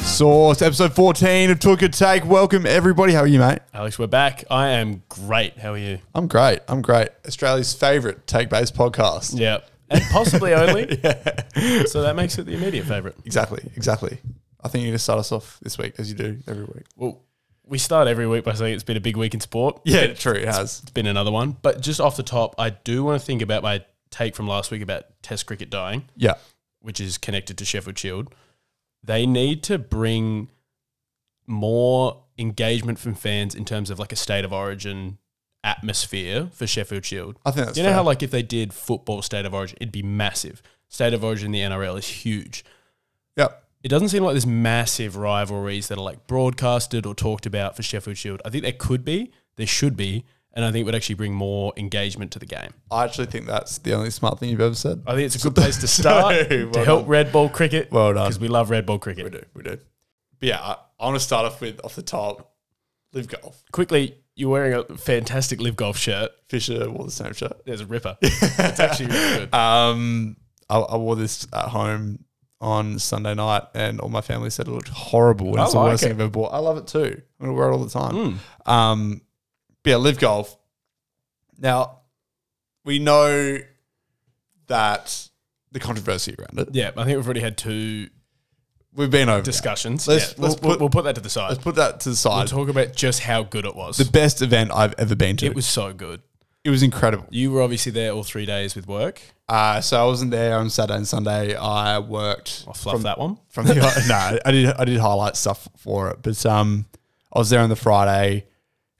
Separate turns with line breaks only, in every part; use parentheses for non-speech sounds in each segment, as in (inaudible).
Sauce, episode 14 of Took a Take. Welcome, everybody. How are you, mate?
Alex, we're back. I am great. How are you?
I'm great. I'm great. Australia's favourite take based podcast.
Yeah. And
(laughs)
possibly only. So that makes it the immediate favourite.
Exactly. Exactly. I think you just start us off this week, as you do every week.
Well, we start every week by saying it's been a big week in sport.
Yeah, true. It has.
It's been another one. But just off the top, I do want to think about my take from last week about Test cricket dying,
Yeah.
which is connected to Sheffield Shield. They need to bring more engagement from fans in terms of like a state of origin atmosphere for Sheffield Shield.
I think that's
you know
fair.
how like if they did football state of origin, it'd be massive. State of origin in the NRL is huge.
yeah.
It doesn't seem like there's massive rivalries that are like broadcasted or talked about for Sheffield Shield. I think there could be, there should be, and I think it would actually bring more engagement to the game.
I actually think that's the only smart thing you've ever said.
I think it's a good place
(laughs)
to start
Sorry,
to
well
help
done.
red ball cricket.
Well done.
because we love red ball cricket.
We do. We do. But yeah, I, I want to start off with off the top Live Golf.
Quickly, you're wearing a fantastic live golf shirt.
Fisher wore the same shirt.
There's
(laughs)
a ripper. it's actually really good.
Um, I, I wore this at home on Sunday night, and all my family said it looked horrible. And
I
it's the
like
worst
it. Hmm.
thing I've ever bought. I love it too. I'm gonna wear it all the time. Um, but yeah, live golf. Now we know that the controversy around it.
Yeah, I think we've already had two
We've been over. that.
discussions.
Let's-
Yeah,
let's
we'll, we'll-
put-
we'll put that to the side.
Let's put that to the side.
talk about just how good it was.
the best event I've ever been to.
it was so good.
it was incredible.
You were obviously there all three days with work.
Uh, so I wasn't there on Saturday and Sunday. I worked
I'll fluff that one.
from the no, I did I did highlight stuff for it, but um, I was there on the Friday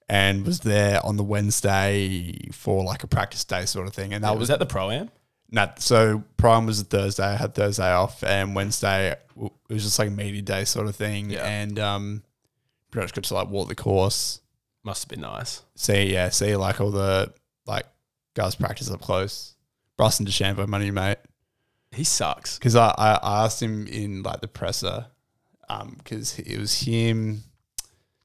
and was there on the Wednesday for like a practice day sort of thing, and that
Oh,
was
was that the pro am?
nah, so prime was a Thursday. I had Thursday off, and Wednesday w- it was just like a media day sort of thing,
Yeah.
and um, pretty much got to like walk the course,
Must have been nice.
see yeah, see like all the like guys practice up close. Bryson DeChambeau, money mate.
He sucks.
because I, I I asked him in like the presser, because it was him,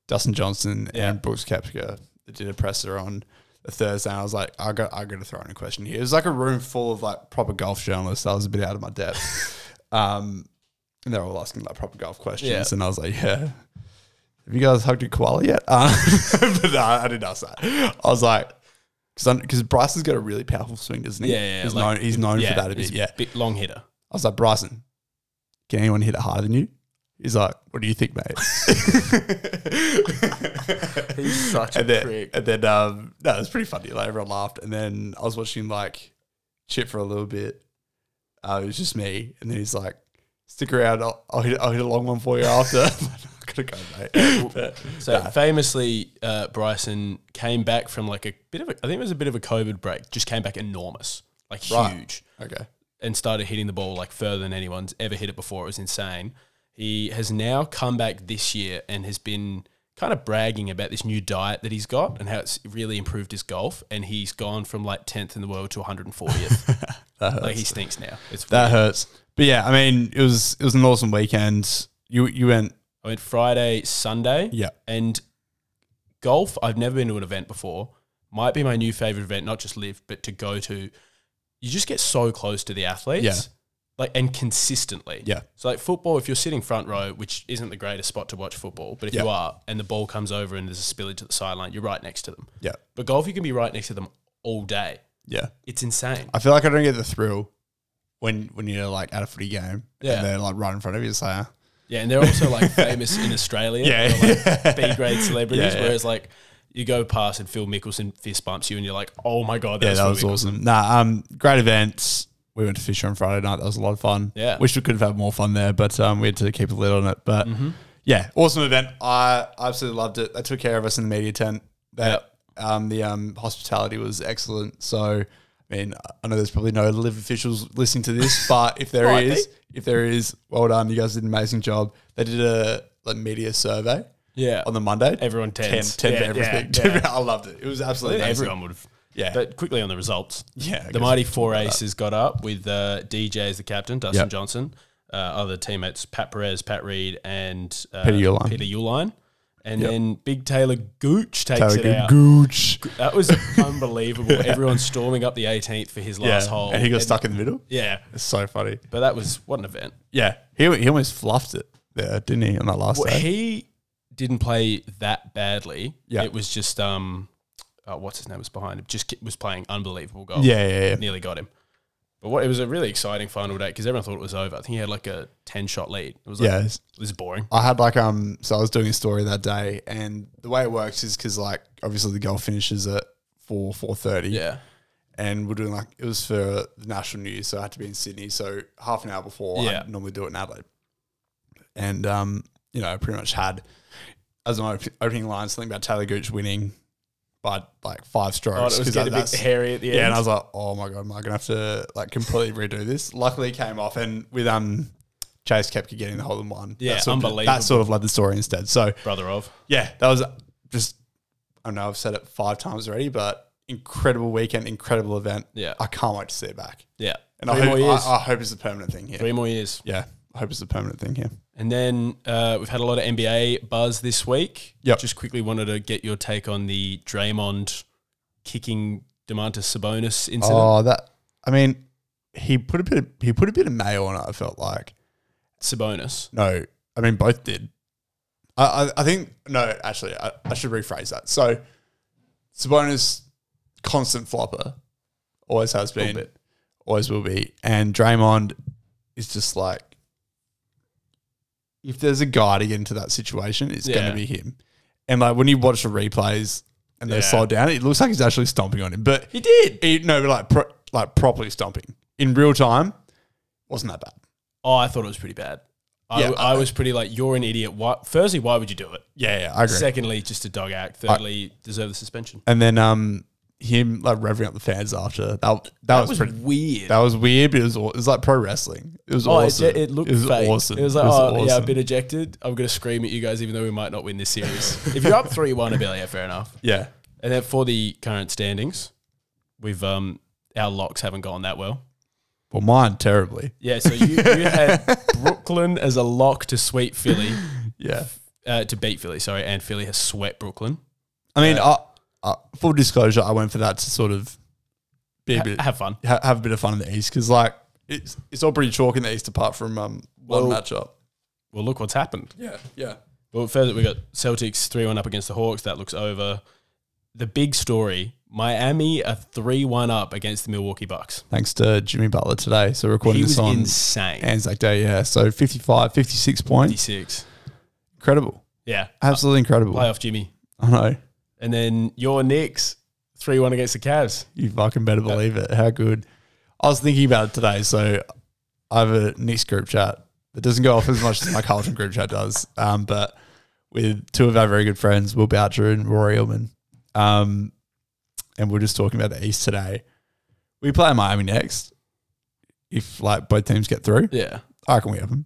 Dustin Johnson,
Yeah.
and Brooks Koepka that did a presser on a Thursday. And I was like, I got I got to throw in a question here. It was like a room full of like proper golf journalists. I was a bit out of my depth,
(laughs)
um, and they were all asking like proper golf questions,
Yeah.
and I was like, yeah. Have you guys hugged a koala yet? (laughs) Uh, but no, I didn't ask that. I was like, because Bryson's got a really powerful swing, doesn't he?
Yeah, yeah, yeah,
He's
like-
known, he's known
yeah,
for that a bit.
he's
Yeah.
bit long hitter.
(laughs) I was like, Bryson, can anyone hit it harder than you? He's like, what do you think, mate?
He's such
and then, (laughs) and then um, no, it was pretty funny. Like everyone laughed, and then I was watching like Chip for a little bit. Uh, it was just me, and then he's like, "Stick around, I'll, I'll, hit, I'll hit a long one for you after." (laughs) I gotta go, mate. But,
So famously, uh, Bryson came back from like a bit of a, I think it was a bit of a COVID break, just came back enormous, like
Right.
huge,
okay,
and started hitting the ball like further than anyone's ever hit it before. It was insane. He has now come back this year and has been kind of bragging about this new diet that he's got and how it's really improved his golf. And he's gone from like 10th in the world to
(laughs)
140th. like he stinks now. It's
that hurts. But yeah, I mean, it was it was an awesome weekend. You you went,
I went Friday, Sunday.
Yeah.
And golf, I've never been to an event before. Might be my new favorite event, not just live, but to go to. You just get so close to the athletes.
Yeah.
Like and consistently.
Yeah.
So like football, if you're sitting front row, which isn't the greatest spot to watch football, but if
Yeah.
you are and the ball comes over and there's a spillage to the sideline, you're right next to them.
yeah,
But golf, you can be right next to them all day.
yeah.
It's insane.
I feel like I don't get the thrill when when you're like at a footy game
Yeah.
and they're like right in front of you. It's like, uh,
Yeah, and they're also like famous in Australia.
Yeah.
They're,
(laughs)
like B grade celebrities.
Yeah, yeah.
Whereas like you go past and Phil Mickelson fist bumps you and you're like, oh my god, that
yeah,
was,
that
Phil
was
Mickelson.
awesome. Nah, um, great events. We went to Fisher on Friday night. That was a lot of fun.
Yeah.
wish we could have had more fun there, but um, we had to keep a lid on it. But
Mm-hmm.
yeah, awesome event. I absolutely loved it. They took care of us in the media tent. That um, the um hospitality was excellent. So. I mean, I know there's probably no live officials listening to
(laughs)
this, but if there
Might be.
is, if there is, well done. You guys did an amazing job. They did a like, media survey.
Yeah.
on the Monday.
Everyone tens.
10, 10
Yeah,
for everything.
yeah,
(laughs)
yeah.
10 I loved it. It was absolutely amazing.
Everyone would have.
Yeah.
But quickly on the results.
Yeah, I
The
guess
mighty four aces got up with uh, DJ as the captain, Dustin
Yep.
Johnson, uh, other teammates Pat Perez, Pat Reed, and uh,
Peter Uline.
Peter Uline. And then Big Taylor Gooch takes
Taylor
it out.
Gooch.
That was
(laughs)
unbelievable. Everyone storming up the 18th for his last hole.
And he got stuck in the middle.
yeah.
It's so funny.
But that was what an event.
Yeah. He, he almost fluffed it. there, didn't he, on that last
Well,
day?
he didn't play that badly.
Yeah.
It was just um, oh, what's his name was behind him. Just ki- was playing unbelievable goal.
yeah, yeah, yeah.
nearly got him. But what it was a really exciting final day because everyone thought it was over. I think he had like a ten shot lead. It was like
Yeah, it's-
this is boring.
I had like um, so I was doing a story that day, and the way it works is because like obviously the goal finishes at four four thirty,
Yeah,
and we're doing like it was for the national news, so I had to be in Sydney. So half an hour before,
Yeah.
I normally do it in Adelaide, and um, you know, I pretty much had as an op- opening line something about Taylor Gooch winning by like five
oh,
strokes
it was
'cause
getting
that-
a bit
that's-
hairy at the end.
yeah, and I was like, oh my god, am I gonna have to like completely redo this? Luckily, it came off, and with um. Chase Kepka getting the hole in one.
Yeah,
that sort of-
unbelievable.
that sort of led the story instead. So
brother of.
yeah, that was just, I know I've said it five times already, but incredible weekend, incredible event.
Yeah,
I can't wait to see it back.
yeah.
And
Three
I,
more
hope,
years.
I, I hope it's a permanent thing here.
Three more years.
Yeah, I hope it's a permanent thing here.
And then uh, we've had a lot of NBA buzz this week.
Yep.
Just quickly wanted to get your take on the Draymond kicking Demontis Sabonis incident.
Oh, that, I mean, he put a bit of, he put a bit of mayo on it, I felt like.
Sabonis.
No, I mean, both did. I, I, I think, no, actually, I, I should rephrase that. So, Sabonis, constant flopper, always has been, always will be. And Draymond is just like, if there's a guy to get into that situation, it's going
Yeah.
to be him. And like when you watch the replays and they
Yeah.
slow down, it looks like he's actually stomping on him. But
He did.
he, no, but like pro, like properly stomping in real time, wasn't that bad?
Oh, I thought it was pretty bad. I,
Yeah,
I
I-
was pretty like, you're an idiot. Why, firstly, why would you do it?
Yeah, yeah, I agree.
Secondly, just a dog act. Thirdly, deserve the suspension.
and then um him like revving up the fans after that that,
That
was,
was
pretty
weird.
that was weird but it was, aw- it was like pro wrestling it was
Oh, it-
awesome
it, looked
was
fake.
awesome
It was like, oh, yeah, I've
awesome.
been ejected. I'm going to scream at you guys, even though we might not win this series. if you're up 3 1, I'd be like, yeah, fair enough.
yeah
And then for the current standings, we've um our locks haven't gone that well.
well mine terribly
Yeah, so you, you
(laughs)
had Brooklyn as a lock to sweep Philly,
yeah
uh, to beat Philly, sorry, and Philly has swept Brooklyn.
I mean I, I, full disclosure I went for that to sort of be a
Ha-
bit
have fun.
ha- have a bit of fun in the East because like it's it's all pretty chalk in the East apart from um one
Well-
matchup
Well, look what's happened.
yeah yeah
Well, further, we got Celtics 3 1 up against the Hawks. That looks over. The big story Miami are 3 1 up against the Milwaukee Bucks.
thanks to Jimmy Butler today so recording
He
this
was
on
insane.
Anzac Day yeah so 55 56 points
56.
incredible
Yeah.
absolutely incredible
Playoff Jimmy.
I know
And then your Knicks 3 1 against the Cavs.
You fucking better believe it. How good. I was thinking about it today. So I have a Knicks group chat that doesn't go off as much as my Carlton group chat does. Um, but with two of our very good friends, Will Boucher and Rory Illman. Um, and we we're just talking about the East today. We play Miami next. If like both teams get through,
Yeah.
I reckon we have them.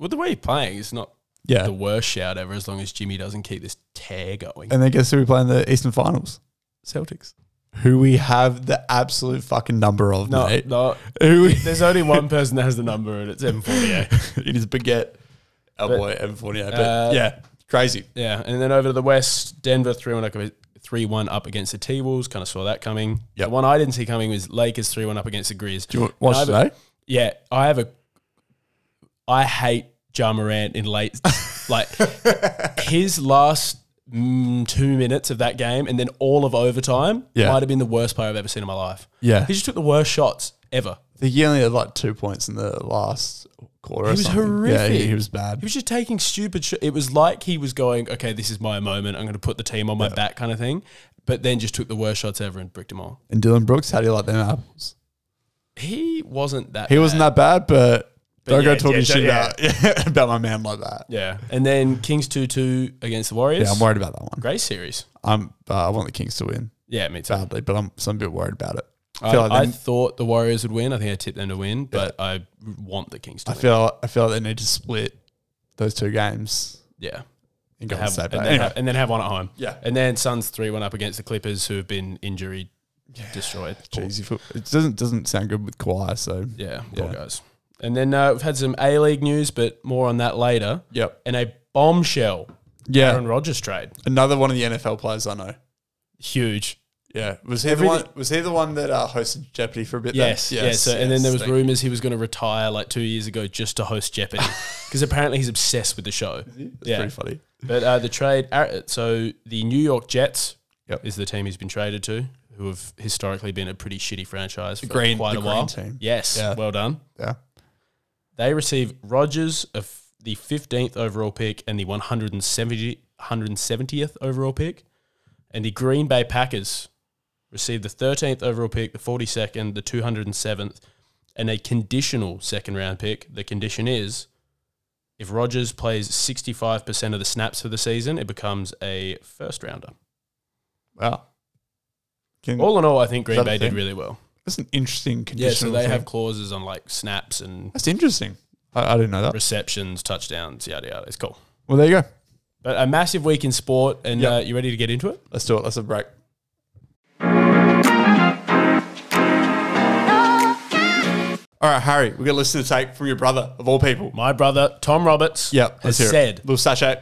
Well, the way he's playing is not
Yeah.
the worst shout ever as long as Jimmy doesn't keep this tear going.
And then guess who we play in the Eastern Finals?
Celtics.
Who we have the absolute fucking number of,
No,
mate.
no.
Who we-
There's only one person that has the number, and it's
(laughs)
Evan Fournier.
it is baguette. Our
But-
boy Evan Fournier. But
Uh,
yeah, crazy.
yeah, and then over to the West, Denver 3 1 three one up against the T Wolves. Kind of saw that coming.
Yep.
The one I didn't see coming was Lakers 3 1 up against the Grizz.
Do you want watch
No, but-
today?
Yeah, I have a. I hate Ja Morant
(laughs)
in late, like his last mm, two minutes of that game, and then all of overtime
Yeah.
might have been the worst player I've ever seen in my life.
Yeah.
He just took the worst shots ever.
He only had like two points in the last quarter. He
was
Yeah, he,
horrific.
he was bad.
He was just taking stupid. Sh- it was like he was going, "Okay, this is my moment. I'm going to put the team on my back," kind of thing. But then just took the worst shots ever and bricked them all.
and Dylan Brooks, how do you like them apples?
He wasn't that.
He wasn't that bad, but, don't
yeah,
go talking
yeah,
shit
yeah.
about, (laughs) about my man like that.
Yeah, and then Kings two two against the Warriors.
Yeah, I'm worried about that one.
Great series.
I'm, uh, I want the Kings to win
Yeah, me too.
badly, but I'm, so I'm a bit worried about it. I
I,
feel, like
I
they,
thought the Warriors would win. I think I tipped them to win, but I want the Kings to
I,
win.
feel, I feel like they need to split those two games
Yeah.
and go on
Have,
the same
and,
day.
then
Anyway,
have, and then have one at home.
Yeah.
And then Suns 3 1 up against the Clippers, who have been injury destroyed.
Jeez, you feel- it doesn't, doesn't sound good with Kawhi, so
Yeah, poor guys. And then uh, we've had some A League news, but more on that later.
Yep.
And a bombshell
Yeah.
Aaron Rodgers trade.
Another one of the NFL players I know.
Huge.
Yeah. Was he the one?
Everything-
Was he the one that uh, hosted Jeopardy for a bit? then?
Yes, yeah. So, and then
yes.
there was
Thank-
rumors he was going to retire like two years ago just to
(laughs)
host Jeopardy because apparently he's obsessed with the show.
It's pretty funny.
But uh, the trade, uh, so the New York Jets
Yep.
is the team he's been traded to, who have historically been a pretty shitty franchise for
green-
quite
the
a
green
while.
team.
Yes,
Yeah.
well done.
Yeah.
They receive Rogers of the 15th overall pick and the 170, 170th overall pick. And the Green Bay Packers receive the 13th overall pick, the 42nd, the 207th, and a conditional second round pick. The condition is if Rogers plays 65% of the snaps for the season, it becomes a first rounder.
Wow. Can,
All in all, I think
that
Green
a
Bay did
thing?
really well.
that's an interesting
Yeah,
condition.
so they have clauses on like snaps and
That's interesting. I, I didn't know that.
receptions, touchdowns, yada yada. It's cool.
Well, there you go.
But a massive week in sport, and
Yep.
uh, you ready to get into it?
Let's do it. Let's have a break. All right, Harry, we got a listen to take from your brother of all people.
My brother Tom Roberts
Yep, let's
has
hear it.
said
Little sachet.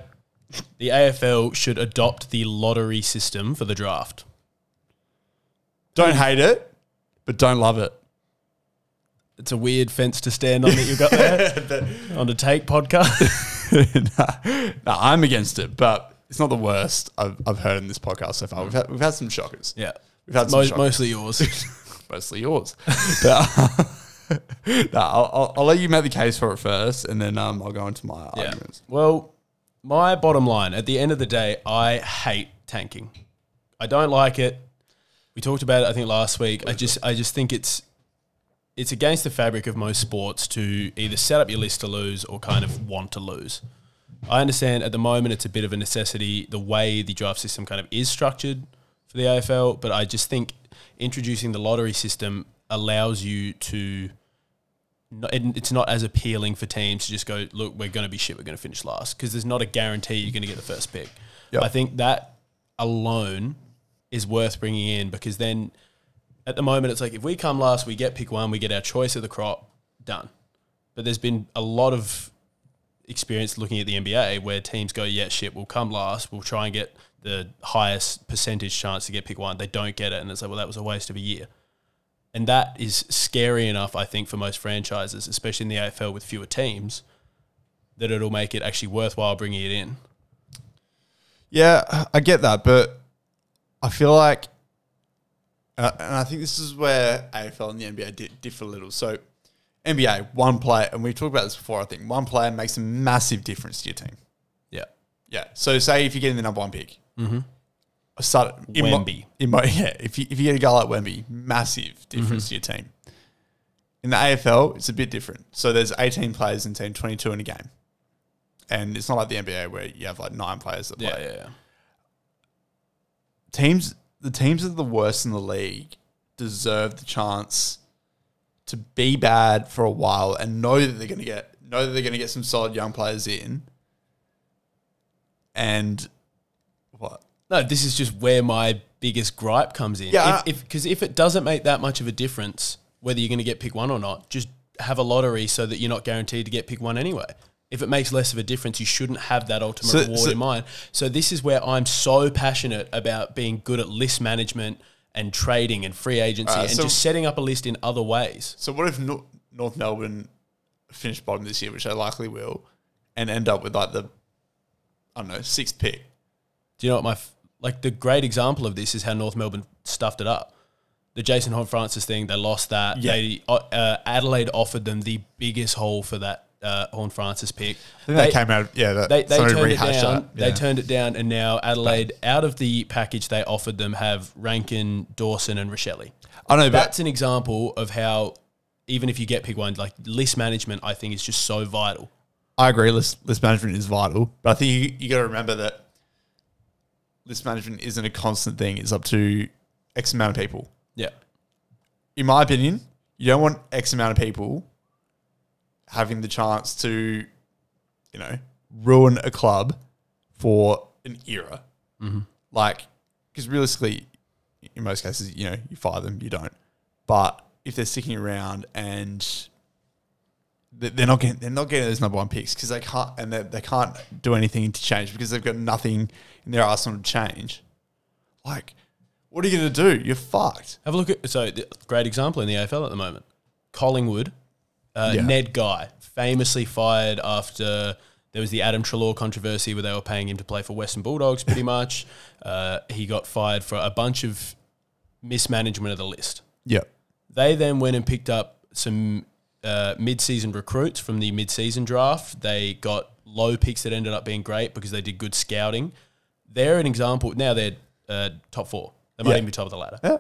the AFL should adopt the lottery system for the draft.
Don't hate it, but don't love it.
It's a weird fence to stand on that you
(laughs)
got there on the Take podcast.
nah, nah, I'm against it, but it's not the worst I've, I've heard in this podcast so far. We've had, we've had some shockers.
yeah,
We've had some
Most,
shockers.
mostly yours.
mostly yours. (laughs) but, uh, nah, I'll, I'll, I'll let you make the case for it first, and then um, I'll go into my
yeah.
arguments.
Well, my bottom line at the end of the day, I hate tanking. I don't like it. We talked about it, I think, last week. I just, I just think it's it's against the fabric of most sports to either set up your list to lose or kind of want to lose. I understand at the moment it's a bit of a necessity the way the draft system kind of is structured for the AFL, but I just think introducing the lottery system allows you to. no- it- It's not as appealing for teams to just go, look, we're going to be shit, we're going to finish last because there's not a guarantee you're going to get the first pick.
Yep.
I think that alone is worth bringing in because then at the moment, it's like if we come last, we get pick one, we get our choice of the crop, done. But there's been a lot of experience looking at the NBA where teams go, yeah, shit, we'll come last, we'll try and get the highest percentage chance to get pick one. They don't get it, and it's like, well, that was a waste of a year. And that is scary enough, I think, for most franchises, especially in the AFL with fewer teams, that it'll make it actually worthwhile bringing it in.
Yeah, I get that, but I feel like, uh, and I think this is where AFL and the NBA di- differ a little. So, NBA, one player, and we talked about this before, I think one player makes a massive difference to your team.
Yeah.
Yeah. So, say if you're getting the number one pick, mm-hmm. start in my-
Wemby.
in my- (laughs) yeah, if you, if you get a guy like Wemby, massive
Mm-hmm.
difference to your team. In the AFL, it's a bit different. So, there's 18 players in team, 22 in a game. And it's not like the NBA where you have like nine players that play
Yeah, yeah, yeah.
teams the teams that are the worst in the league deserve the chance to be bad for a while and know that they're gonna get know that they're gonna get some solid young players in. And what?
No, this is just where my biggest gripe comes in.
Yeah, I-
Because if, 'cause if it doesn't make that much of a difference whether you're going to get pick one or not, just have a lottery so that you're not guaranteed to get pick one anyway. If it makes less of a difference, you shouldn't have that ultimate
So-
reward
so-
in mind. So this is where I'm so passionate about being good at list management and trading and free agency and
so-
just setting up a list in other ways.
So what if Nor- North Melbourne finish bottom this year, which they likely will, and end up with like the I don't know, sixth pick.
Do you know what my f- like the great example of this is how North Melbourne stuffed it up. The Jason Hod Francis thing, they lost that.
Yeah.
They uh, uh, Adelaide offered them the biggest hole for that uh, Horn Francis pick.
I think they, came out of yeah, that
They, they
somebody
turned it
rehashed
down.
that.
They
Yeah.
turned it down, and now Adelaide, out of the package they offered them, have Rankin, Dawson, and Rochelle.
I know, but
That's an example of how, even if you get pick one, like list management, I think is just so vital.
I agree. List list management is vital, but I think you, you got to remember that list management isn't a constant thing. It's up to X amount of people.
Yeah,
In my opinion, you don't want X amount of people having the chance to, you know, ruin a club for an era. Like, because realistically, in most cases, you know, you fire them, you don't. But if they're sticking around and th- they're not getting they're not getting those number one picks because they can't and they, they can't do anything to change because they've got nothing in their arsenal to change. Like What are you going to do? You're fucked.
Have a look at so the, great example in the AFL at the moment. Collingwood, uh,
Yeah.
Ned Guy, famously fired after there was the Adam Trelaw controversy where they were paying him to play for Western Bulldogs. Pretty much, uh, he got fired for a bunch of mismanagement of the list.
Yeah.
They then went and picked up some uh, mid-season recruits from the mid-season draft. They got low picks that ended up being great because they did good scouting. They're an example. Now they're uh, top four. They might
Yeah.
even be top of the ladder.
Yeah.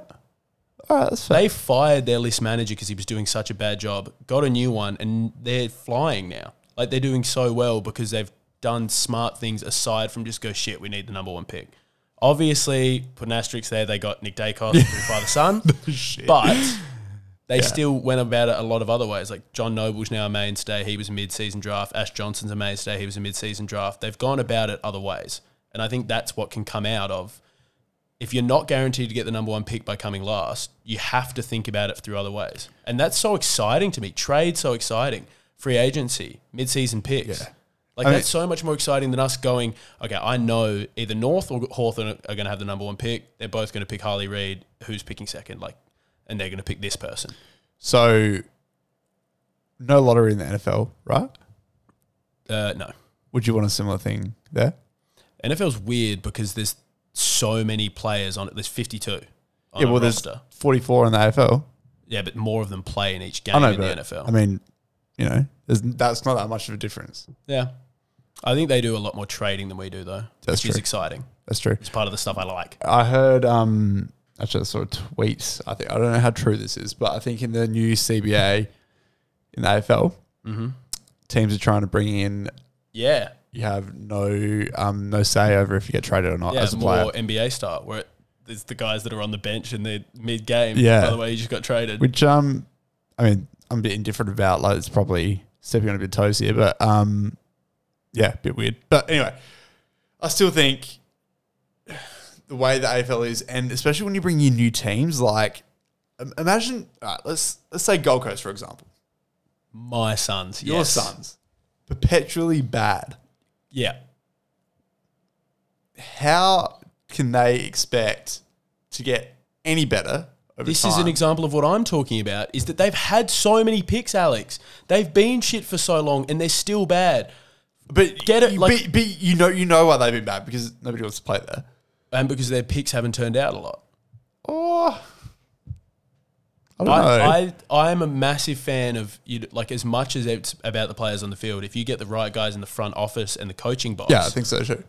All right, that's fair.
They fired their list manager because he was doing such a bad job. Got a new one, and they're flying now. Like they're doing so well because they've done smart things aside from just go shit. We need the number one pick. Obviously, put an asterisk there. They got Nick Dacos, who by the son, but they still went about it a lot of other ways. Like John Noble's now a mainstay. He was a mid-season draft. Ash Johnson's a mainstay. He was a mid-season draft. They've gone about it other ways, and I think that's what can come out of if you're not guaranteed to get the number one pick by coming last, you have to think about it through other ways. And that's so exciting to me. Trade's so exciting. Free agency, mid season picks.
Yeah.
Like
I mean-
that's so much more exciting than us going, okay, I know either North or Hawthorn are going to have the number one pick. They're both going to pick Harley Reid. Who's picking second? Like, and they're going to pick this person.
So, no lottery in the NFL, right?
Uh, no.
Would you want a similar thing there?
NFL's weird because there's so many players on it. There's 52 on
yeah,
a
well, there's
roster.
44 in the AFL.
Yeah, but more of them play in each game
I know,
in
but
the NFL.
I mean, you know, there's, that's not that much of a difference.
Yeah. I think they do a lot more trading than we do, though,
That's
which is
true.
exciting.
That's true.
It's part of the stuff I like.
I heard, um, actually, I saw a tweet. I think I don't know how true this is, but I think in the new CBA in the AFL,
Mm-hmm.
teams are trying to bring in
Yeah.
you have no um, no say over if you get traded or not
Yeah,
as a player.
more NBA style where it, there's the guys that are on the bench and they're mid game.
Yeah.
By the way, you just got traded.
Which um, I mean, I'm a bit indifferent about. Like, it's probably stepping on a bit toes here, but um, yeah, a bit weird. But anyway, I still think the way the AFL is, and especially when you bring in new teams, like im- imagine, all right, let's let's say Gold Coast for example,
My sons.
your
yes.
sons perpetually bad.
Yeah.
How can they expect to get any better? Over
This
time?
is an example of what I'm talking about is that they've had so many picks, Alex. They've been shit for so long and they're still bad.
But
Get it,
you-
like-
but, but you know, you know why they've been bad because nobody wants to play there.
And because their picks haven't turned out a lot.
Oh, I don't know.
I, I I'm a massive fan of you like as much as it's about the players on the field. If you get the right guys in the front office and the coaching box,
yeah, I think so too.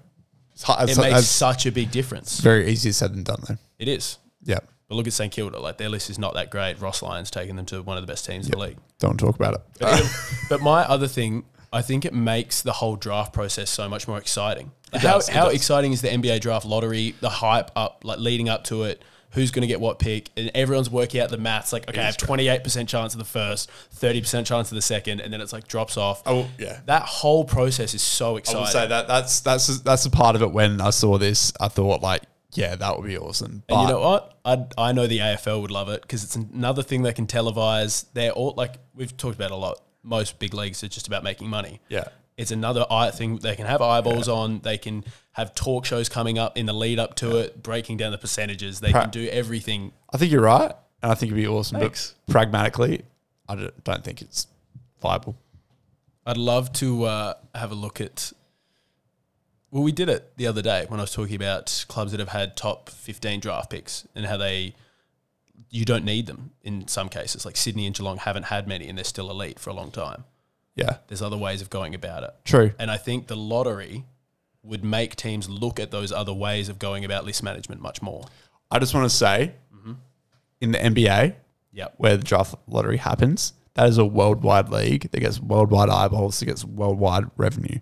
It's, hard,
it
it's,
makes
it's
such a big difference.
very easy said than done, though.
It is.
Yeah,
But look at St Kilda, like their list is not that great. Ross Lyons taking them to one of the best teams in the league.
don't want to talk about it.
But my other thing, I think it makes the whole draft process so much more exciting. how
does, it
how
does.
exciting is the NBA draft lottery? The hype up, like leading up to it. Who's going to get what pick? And everyone's working out the maths. Like, okay, I have twenty eight percent chance of the first, thirty percent chance of the second, and then it's like drops off.
Oh, yeah.
That whole process is so exciting.
I would say that that's that's that's a part of it. When I saw this, I thought like, yeah, that would be awesome. But
And you know what? I I know the AFL would love it because it's another thing they can televise. They're all like we've talked about a lot. Most big leagues are just about making money.
Yeah.
it's another eye thing they can have eyeballs on. They can have talk shows coming up in the lead up to it, breaking down the percentages. They can do everything.
I think you're right, and I think it'd be awesome.
Thanks.
But pragmatically, I d- don't think it's viable.
I'd love to uh, have a look at. Well, we did it the other day when I was talking about clubs that have had top 15 draft picks and how they, you don't need them in some cases. Like Sydney and Geelong haven't had many and they're still elite for a long time.
Yeah,
There's other ways of going about it.
true.
And I think the lottery would make teams look at those other ways of going about list management much more.
I just want to say,
Mm-hmm.
in the NBA,
Yep.
where the draft lottery happens. That is a worldwide league that gets worldwide eyeballs, that gets worldwide revenue.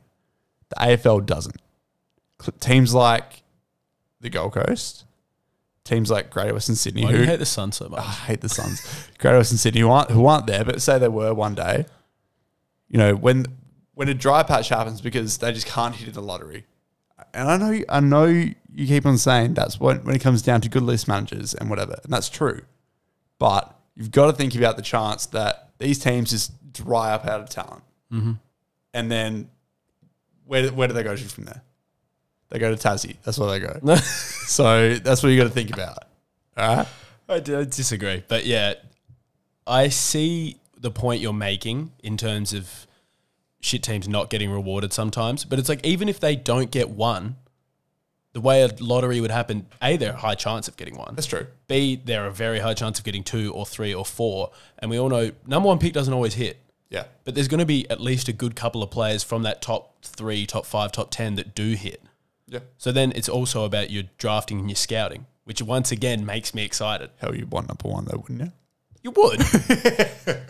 The AFL doesn't. Cl- Teams like the Gold Coast, teams like Greater Western Sydney,
Why do you
who
hate the sun so much?
I hate the Suns, Greater Western Sydney, who aren't, who aren't there, but say they were one day. You know when when a dry patch happens because they just can't hit in the lottery. And I know I know you keep on saying that's when when it comes down to good list managers and whatever, and that's true. But you've got to think about the chance that these teams just dry up out of talent, and then where where do they go to from there? They go to Tassie. That's where they go. so that's what you got to think about. All right.
I d- I disagree, but yeah, I see the point you're making in terms of shit teams not getting rewarded sometimes. But it's like even if they don't get one, the way a lottery would happen, a they're a high chance of getting one.
That's true.
B they're a very high chance of getting two or three or four, and we all know number one pick doesn't always hit.
Yeah.
But there's going to be at least a good couple of players from that top three, top five, top ten that do hit.
Yeah.
So then it's also about your drafting and your scouting, which once again makes me excited.
Hell, you'd want number one though, wouldn't you?
You
(laughs)
would.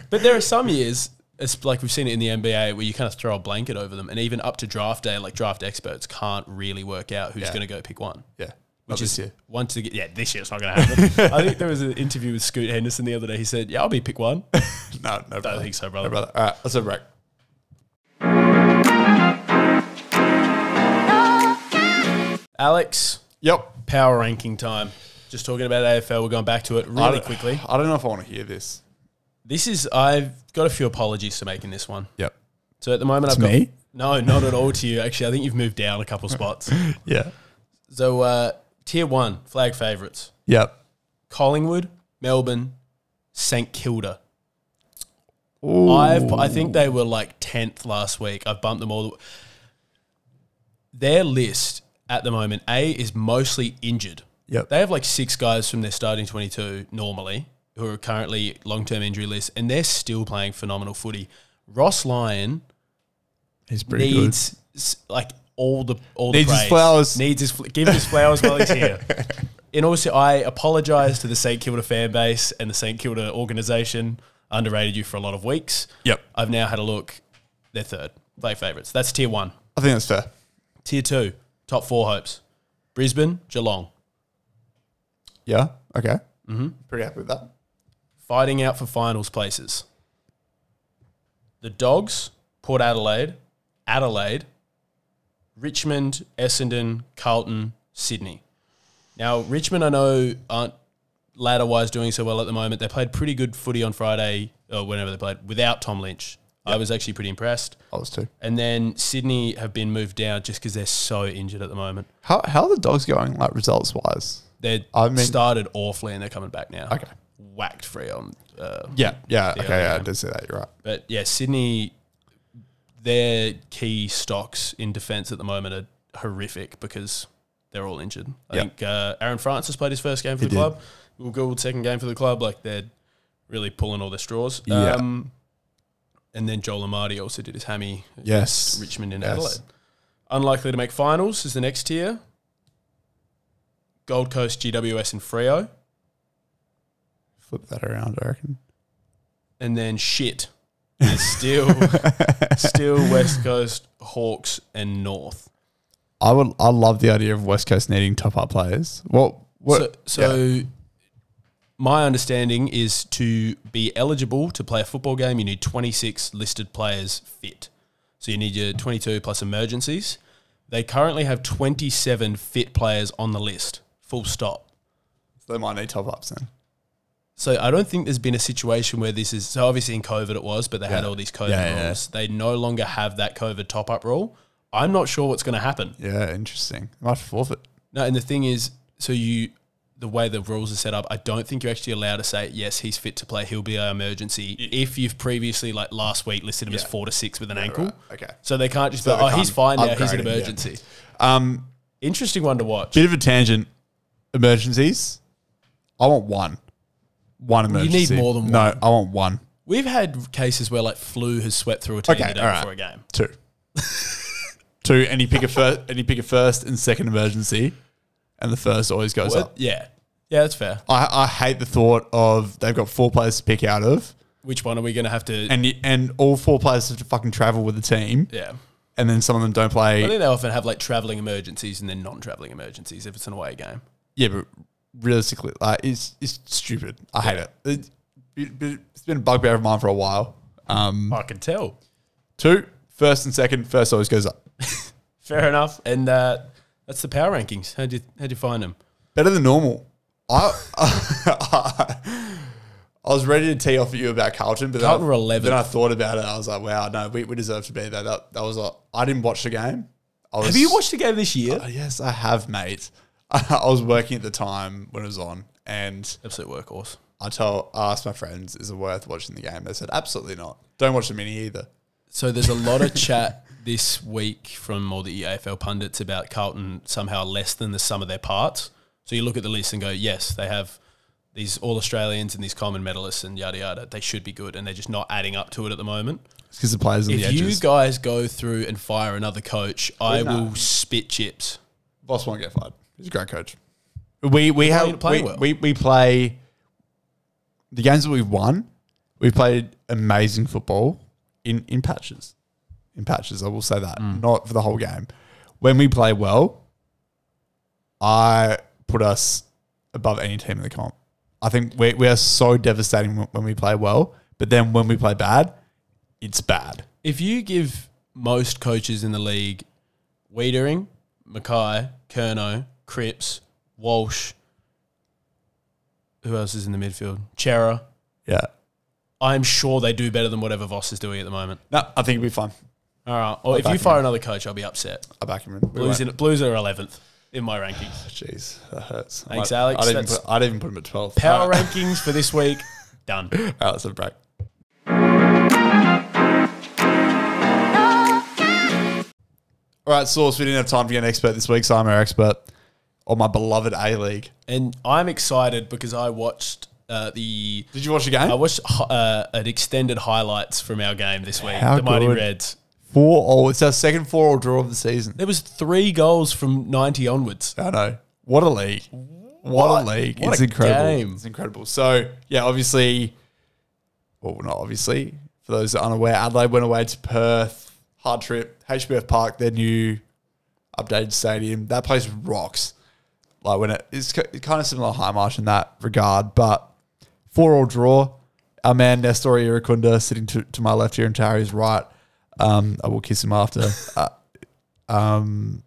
but there are some years, it's like we've seen it in the NBA, where you kind of throw a blanket over them. And even up to draft day, like draft experts can't really work out who's
Yeah.
going to go pick one.
Yeah.
Which
Not
is
this
(laughs)
year.
once again, yeah, this year it's not going
(laughs)
to happen. I think there was an interview with Scoot Henderson the other day. He said, Yeah, I'll be
(laughs)
pick one.
No, no. I
think so, brother.
No, brother. All right, let's have a break.
Alex,
Yep.
power ranking time. Just talking about AFL, we're going back to it
I
really
don't-
quickly.
I don't know if I want to hear this.
This is, I've got a few apologies to make in this one.
Yep.
So at the moment, I've got.
me?
No, not at all to you. Actually, I think you've moved down a
(laughs)
couple spots.
Yeah.
So uh, tier one flag favourites:
Yep.
Collingwood, Melbourne, St Kilda.
Ooh.
I've I think they were like tenth last week. I've bumped them all. The, their list at the moment, A is mostly injured.
Yep.
They have like six guys from their starting twenty-two normally who are currently long-term injury list, and they're still playing phenomenal footy. Ross Lyon
He's pretty
needs s- like all the all
Needs
the
his
praise.
flowers.
Needs his fl- give his flowers while
(laughs)
he's here. And also, I apologise to the St Kilda fan base and the St Kilda organisation. Underrated you for a lot of weeks.
Yep.
I've now had a look. They're third, play favourites. That's tier one.
I think that's fair.
Tier two, top four hopes: Brisbane, Geelong,
Yeah. Okay. Mm-hmm. Pretty happy with that.
fighting out for finals places. The Dogs, Port Adelaide, Adelaide, Richmond, Essendon, Carlton, Sydney. Now, Richmond, I know, aren't ladder wise doing so well at the moment. They played pretty good footy on Friday, or whenever they played, without Tom Lynch. I was actually pretty impressed.
I was too.
And then Sydney have been moved down just because they're so injured at the moment.
How how are the dogs going like results wise?
They
I mean-
started awfully and they're coming back now.
Okay.
Whacked free on uh,
Yeah. Yeah.
Yeah,
okay. Yeah, I
yeah.
did see that. You're right.
But yeah, Sydney, their key stocks in defence at the moment are horrific because they're all injured. I
Yeah.
think uh, Aaron Francis played his first game for the
did.
club. Will Gould second game for the club. Like they're really pulling all their straws.
Yeah.
Um, and then Joel Amadi also did his hammy at
Yes.
Richmond in
Yes.
Adelaide. Unlikely to make finals is the next tier. Gold Coast, GWS, and Freo,
Flip that around. I reckon. (laughs)
and then shit is
(laughs)
still still West Coast Hawks and North.
I would. I love the idea of West Coast needing top up players. What? What?
so so my understanding is to be eligible to play a football game, you need 26 listed players fit. So you need your 22 plus emergencies. They currently have 27 fit players on the list, full stop.
they might need top ups then.
So I don't think there's been a situation where this is so obviously in COVID it was, but they had
Yeah.
all these COVID
Yeah, yeah,
rules. They no longer have that COVID top up rule. I'm not sure what's going to happen.
Yeah. Interesting. They might forfeit.
No, and the thing is, so you, the way the rules are set up, I don't think you're actually allowed to say yes. He's fit to play. He'll be our emergency if you've previously, like last week, listed him as
Yeah.
four to six with an ankle.
right, okay.
So they can't just
So
be,
they
like, oh, he's
can't
fine now. He's
upgrade
an
him, yeah.
emergency.
Um.
Interesting one to watch.
Bit of a tangent. Emergencies. I want one. One
need
emergency.
more than
No, I want one.
We've had cases where like flu has swept through a team
Okay,
the day
all right.
before a game. (laughs)
Two. Two, and you pick a first and you pick a first and second emergency, and the first always goes
But
up.
yeah, yeah, that's fair.
I, I hate the thought of they've got four players to pick out of,
Which one are we going to have to?
and you, and all four players have to fucking travel with the team,
yeah.
and then some of them don't
I
play.
think they often have like traveling emergencies and then non-traveling emergencies if it's an away game.
Yeah, but realistically, like it's it's stupid. I hate it. it, it it's been a bugbear of mine for a while. Um,
I can tell.
Two, first and second, first always goes up.
Fair enough. And uh, that's the power rankings. How'd you how'd you find them?
Better than normal. I, (laughs) I was ready to tee off at you about Carlton, but then
Carlton
I,
were 11th.
Then I thought about it. I was like, wow, no, we, we deserve to be there. That that was a, I didn't watch the game. I was, Oh,
Have Uh, you watched the game this year?
(laughs) Yes, I have, mate. I, was working at the time when it was on, and
Absolute workhorse.
I told I asked my friends, is it worth watching the game? They said absolutely not. Don't watch the mini either.
So there's a lot of chat (laughs) this week from all the E AFL pundits about Carlton somehow less than the sum of their parts. So you look at the list and go, yes, they have these all Australians and these common medalists and yada yada. They should be good, and they're just not adding up to it at the moment.
It's because the players on the
If you
edges.
guys go through and fire another coach, I
Nah.
will spit chips.
Boss won't get fired. He's a great coach. We we have
to play
we,
well.
we we play the games that we've won. We played amazing football in in patches, in patches. I will say that
Mm.
not for the whole game. When we play well, I put us above any team in the comp. I think we we are so devastating when- when we play well, but then when we play bad, it's bad.
If you give most coaches in the league Wiedering, Mackay, Kerno, Cripps, Walsh, who else is in the midfield? Chera.
Yeah.
I'm sure they do better than whatever Voss is doing at the moment.
No, I think it'll be fine.
All right. Or if
back
you
him
fire another coach, I'll be upset.
I back him in. We won't-
Blues, in, Blues are 11th in my rankings.
Jeez, that hurts. I
Thanks,
might-
Alex.
I'd even,
That's-
put, I'd even put him at 12.
Power
All right,
rankings for
(laughs)
this week, done.
all right, let's have a break. All right, Source, we didn't have time to get an expert this week, so I'm our expert on my beloved A League.
And I'm excited because I watched uh, the.
Did you watch the game?
I watched uh, an extended highlights from our game this week,
How
the Mighty
good.
Reds.
four all. It's our second four all draw of the season.
There was three goals from 90 onwards.
I know. What a league. What, a league.
What
it's
a
incredible.
game.
It's incredible. So, yeah, obviously, well, not obviously, for those that are unaware, Adelaide went away to Perth, hard trip, HBF Park, their new updated stadium. That place rocks. Like when it, it's ki- kind of similar to High Marsh in that regard, but four all draw. Our man Nestor Irakunda sitting to, to my left here and Tari's right. Um, I will kiss him after. uh, um,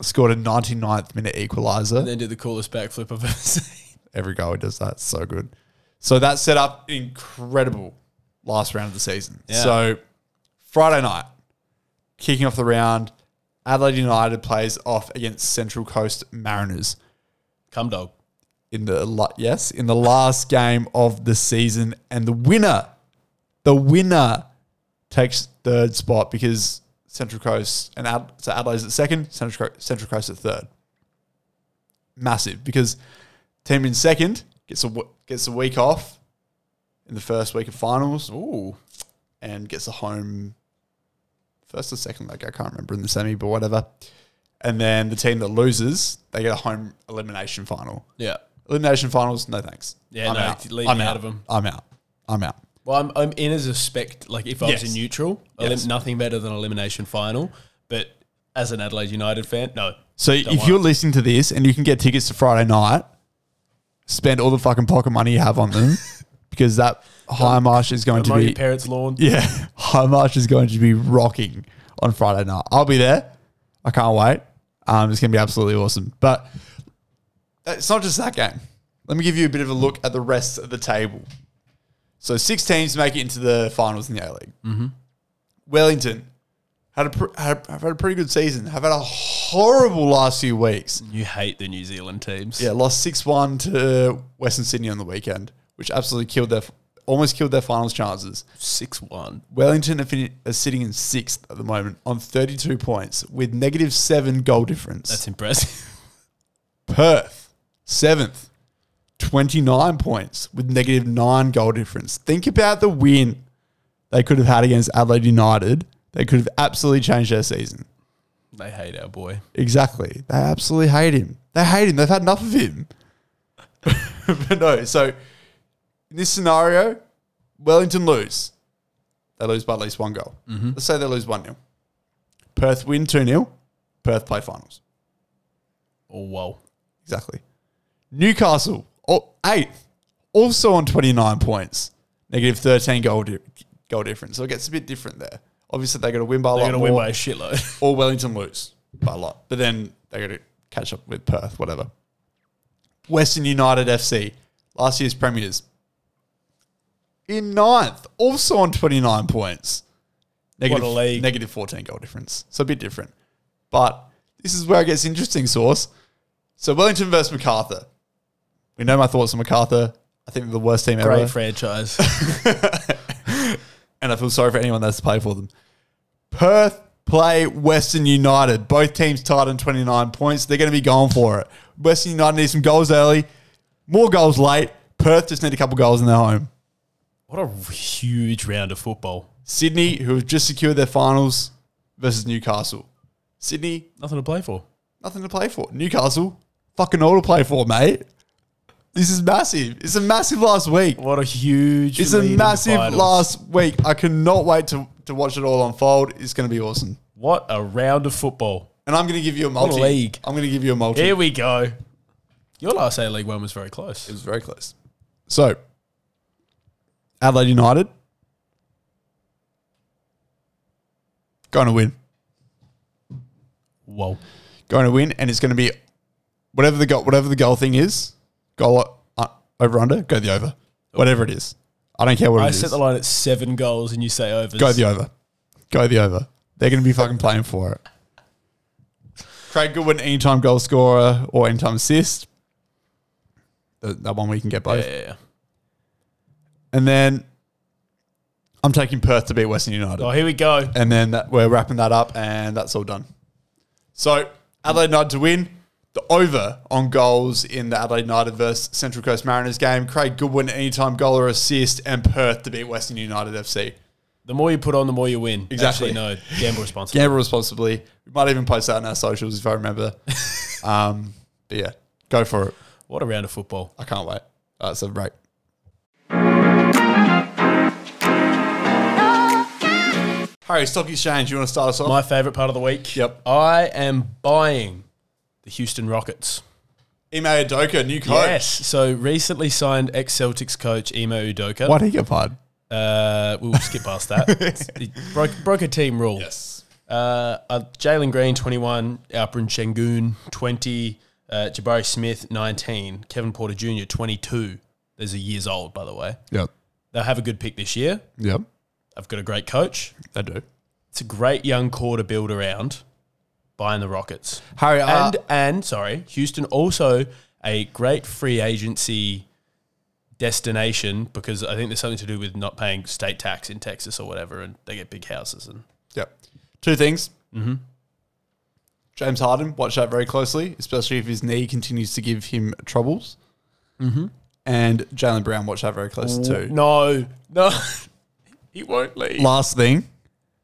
scored a 99th minute equalizer.
And then did the coolest backflip I've (laughs) ever seen.
Every goal he does that. So good. So that set up incredible last round of the season.
Yeah.
So Friday night, kicking off the round, Adelaide United plays off against Central Coast Mariners
Come dog.
in the la- yes in the last game of the season, and the winner, the winner, takes third spot because Central Coast and Ad- so Adelaide's at second, Central Co- Central Coast at third. Massive because team in second gets a w- gets a week off in the first week of finals
Ooh.
and gets a home first or second like I can't remember in the semi but whatever. And then the team that loses, they get a home elimination final.
Yeah.
Elimination finals, no thanks.
Yeah, no, leave
I'm
me
out.
out of 'em.
I'm out. I'm out.
Well, I'm, I'm in as a spect. Like if I
Yes.
was a neutral, elim-
Yes.
nothing better than elimination final. But as an Adelaide United fan, no.
So if
worry.
you're listening to this and you can get tickets to Friday night, spend all the fucking pocket money you have on
(laughs)
them because that high marsh is going
I'm
to
on your
be
parents' lawn.
yeah, (laughs) high marsh is going to be rocking on Friday night. I'll be there. I can't wait. Um, it's going to be absolutely awesome. But it's not just that game. Let me give you a bit of a look at the rest of the table. So six teams make it into the finals in the A League. Wellington had a pr- had, have had a pretty good season. Have had a horrible last few weeks.
You hate the New Zealand teams.
Yeah, lost six one to Western Sydney on the weekend, which absolutely killed their f- almost killed their finals chances.
Six one.
Wellington are, fin- are sitting in sixth at the moment on 32 points with negative seven goal difference.
That's impressive. (laughs)
Perth, seventh, 29 points with negative nine goal difference. Think about the win they could have had against Adelaide United. They could have absolutely changed their season.
they hate our boy.
Exactly. They absolutely hate him. They hate him. They've had enough of him. (laughs) but no, so in this scenario, Wellington lose. They lose by at least one goal.
Mm-hmm.
Let's say they lose 1 0. Perth win 2 0. Perth play finals.
Oh wow.
Exactly. Newcastle, oh, eighth, also on 29 points, negative 13 goal, di- goal difference. So it gets a bit different there. Obviously, they got to win by a
They're
lot
gonna
more
win by
(laughs)
a shitload.
or Wellington lose by a lot. But then they got to catch up with Perth, whatever. Western United FC, last year's premiers, in ninth, also on 29 points. Negative,
What a league.
negative 14 goal difference. So a bit different. But this is where it gets interesting, Source. So Wellington versus MacArthur. We know my thoughts on MacArthur. I think they're the worst team
Great
ever. (laughs)
franchise.
and I feel sorry for anyone that's played for them. Perth play Western United. Both teams tied on 29 points. They're going to be going for it. Western United need some goals early, more goals late. Perth just need a couple goals in their home.
what a huge round of football.
Sydney, who have just secured their finals versus Newcastle. Sydney,
Nothing to play for.
nothing to play for. Newcastle, fucking all to play for, mate. This is massive. It's a massive last week.
What a huge.
It's a
lead in
massive
finals.
last week. I cannot wait to, to watch it all unfold. It's going to be awesome.
What a round of football.
And I'm going to give you a multi.
league.
I'm going to give you a multi.
Here we go. Your last A League one was very close.
It was very close. So, Adelaide United going to win,
Whoa.
going to win, and it's going to be whatever the goal, whatever the goal thing is, goal uh, over under, go the over, whatever it is. I don't care what
I
it is.
set the line at seven goals and you say overs.
Go the over, go the over. They're going to be fucking playing for it. Craig Goodwin, anytime goal scorer or anytime assist. That that one we can get both.
Yeah, yeah, yeah.
And then I'm taking Perth to beat Western United.
Oh, here we go.
And then that, we're wrapping that up, and that's all done. So Adelaide United to win. The over on goals in the Adelaide United versus Central Coast Mariners game. Craig Goodwin, anytime goal or assist, and Perth to beat Western United FC.
The more you put on, the more you win.
Exactly.
Actually, no, gamble responsibly.
Gamble responsibly. We might even post that on our socials if I remember. um, but yeah, go for it.
What a round of football.
I can't wait. That's a break. Harry, Stock Exchange, you want to start us off?
My favorite part of the week.
Yep.
I am buying the Houston Rockets.
Ime Adoka, new coach.
Yes. So recently signed ex Celtics coach Emo Udoka.
Why'd he get fired?
Uh, we'll skip past that.
(laughs)
It's- it broke, broke a team rule.
Yes.
Uh, uh, Jalen Green, 21. Alperin Shengun, 20. Uh, Jabari Smith, 19. Kevin Porter Jr., 22. Those are years old, by the way.
Yep.
They'll have a good pick this year.
Yep.
I've got a great coach.
They do.
It's a great young core to build around buying the Rockets.
Harry, uh,
And, and sorry, Houston also a great free agency destination because I think there's something to do with not paying state tax in Texas or whatever, and they get big houses and
Yep. Two things. Mm-hmm. James Harden, watch that very closely, especially if his knee continues to give him troubles. Mm-hmm. And Jalen Brown, watch that very close too.
no, no, (laughs) he won't leave.
Last thing,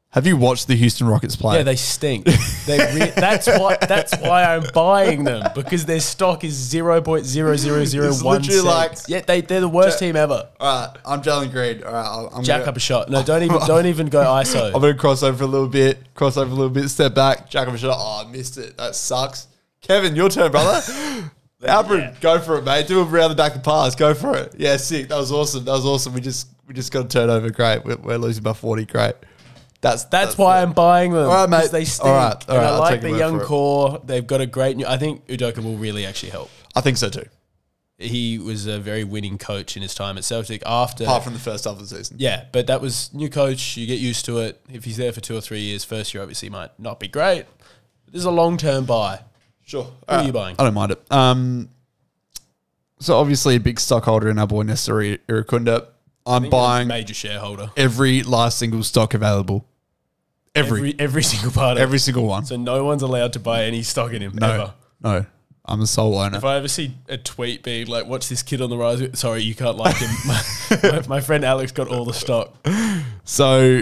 have you watched the Houston Rockets play?
Yeah, they stink. They
(laughs)
re- that's why that's why I'm buying them because their stock is zero point zero zero zero
It's
one.
literally like- Oh,
yeah, they they're the worst team ever.
All right, I'm Jalen Green. All right, I'll- I'm
Jack
gonna,
up a shot. No, don't
(laughs)
even don't even go ISO.
I'm gonna cross over a little bit, cross over a little bit, step back, jack up a shot. Oh, I missed it. That sucks. Kevin, your turn,
(laughs)
brother. Albert, go for it, mate. Do it around the back of pass. Go for it. Yeah, sick. That was awesome. That was awesome. We just we just got a turnover. Great. We're, we're losing by 40. Great. That's
That's, why I'm buying them.
All right, mate.
because They stink.
All right, all
and
right,
I
I'll take
like
your
the
word
young
for it.
core. They've got a great new. I think Udoka will really actually help.
I think so too.
He was a very winning coach in his time at Celtic. After
Apart from the first half of the season.
yeah, but that was new coach. You get used to it. If he's there for two or three years, first year obviously might not be great. But this is a long term buy.
Sure. Who
are you buying?
I don't mind it. Um, so obviously a big stockholder in our boy Nestor Irukunda. I'm buying
major shareholder.
every last single stock available. Every every,
Every every single part of it.
single one.
So no one's allowed to buy any stock in him
no,
ever.
no, I'm the sole owner.
If I ever see a tweet being like, "What's this kid on the rise?" with-" Sorry, you can't like him. (laughs) my, my, my friend Alex got all the stock.
So,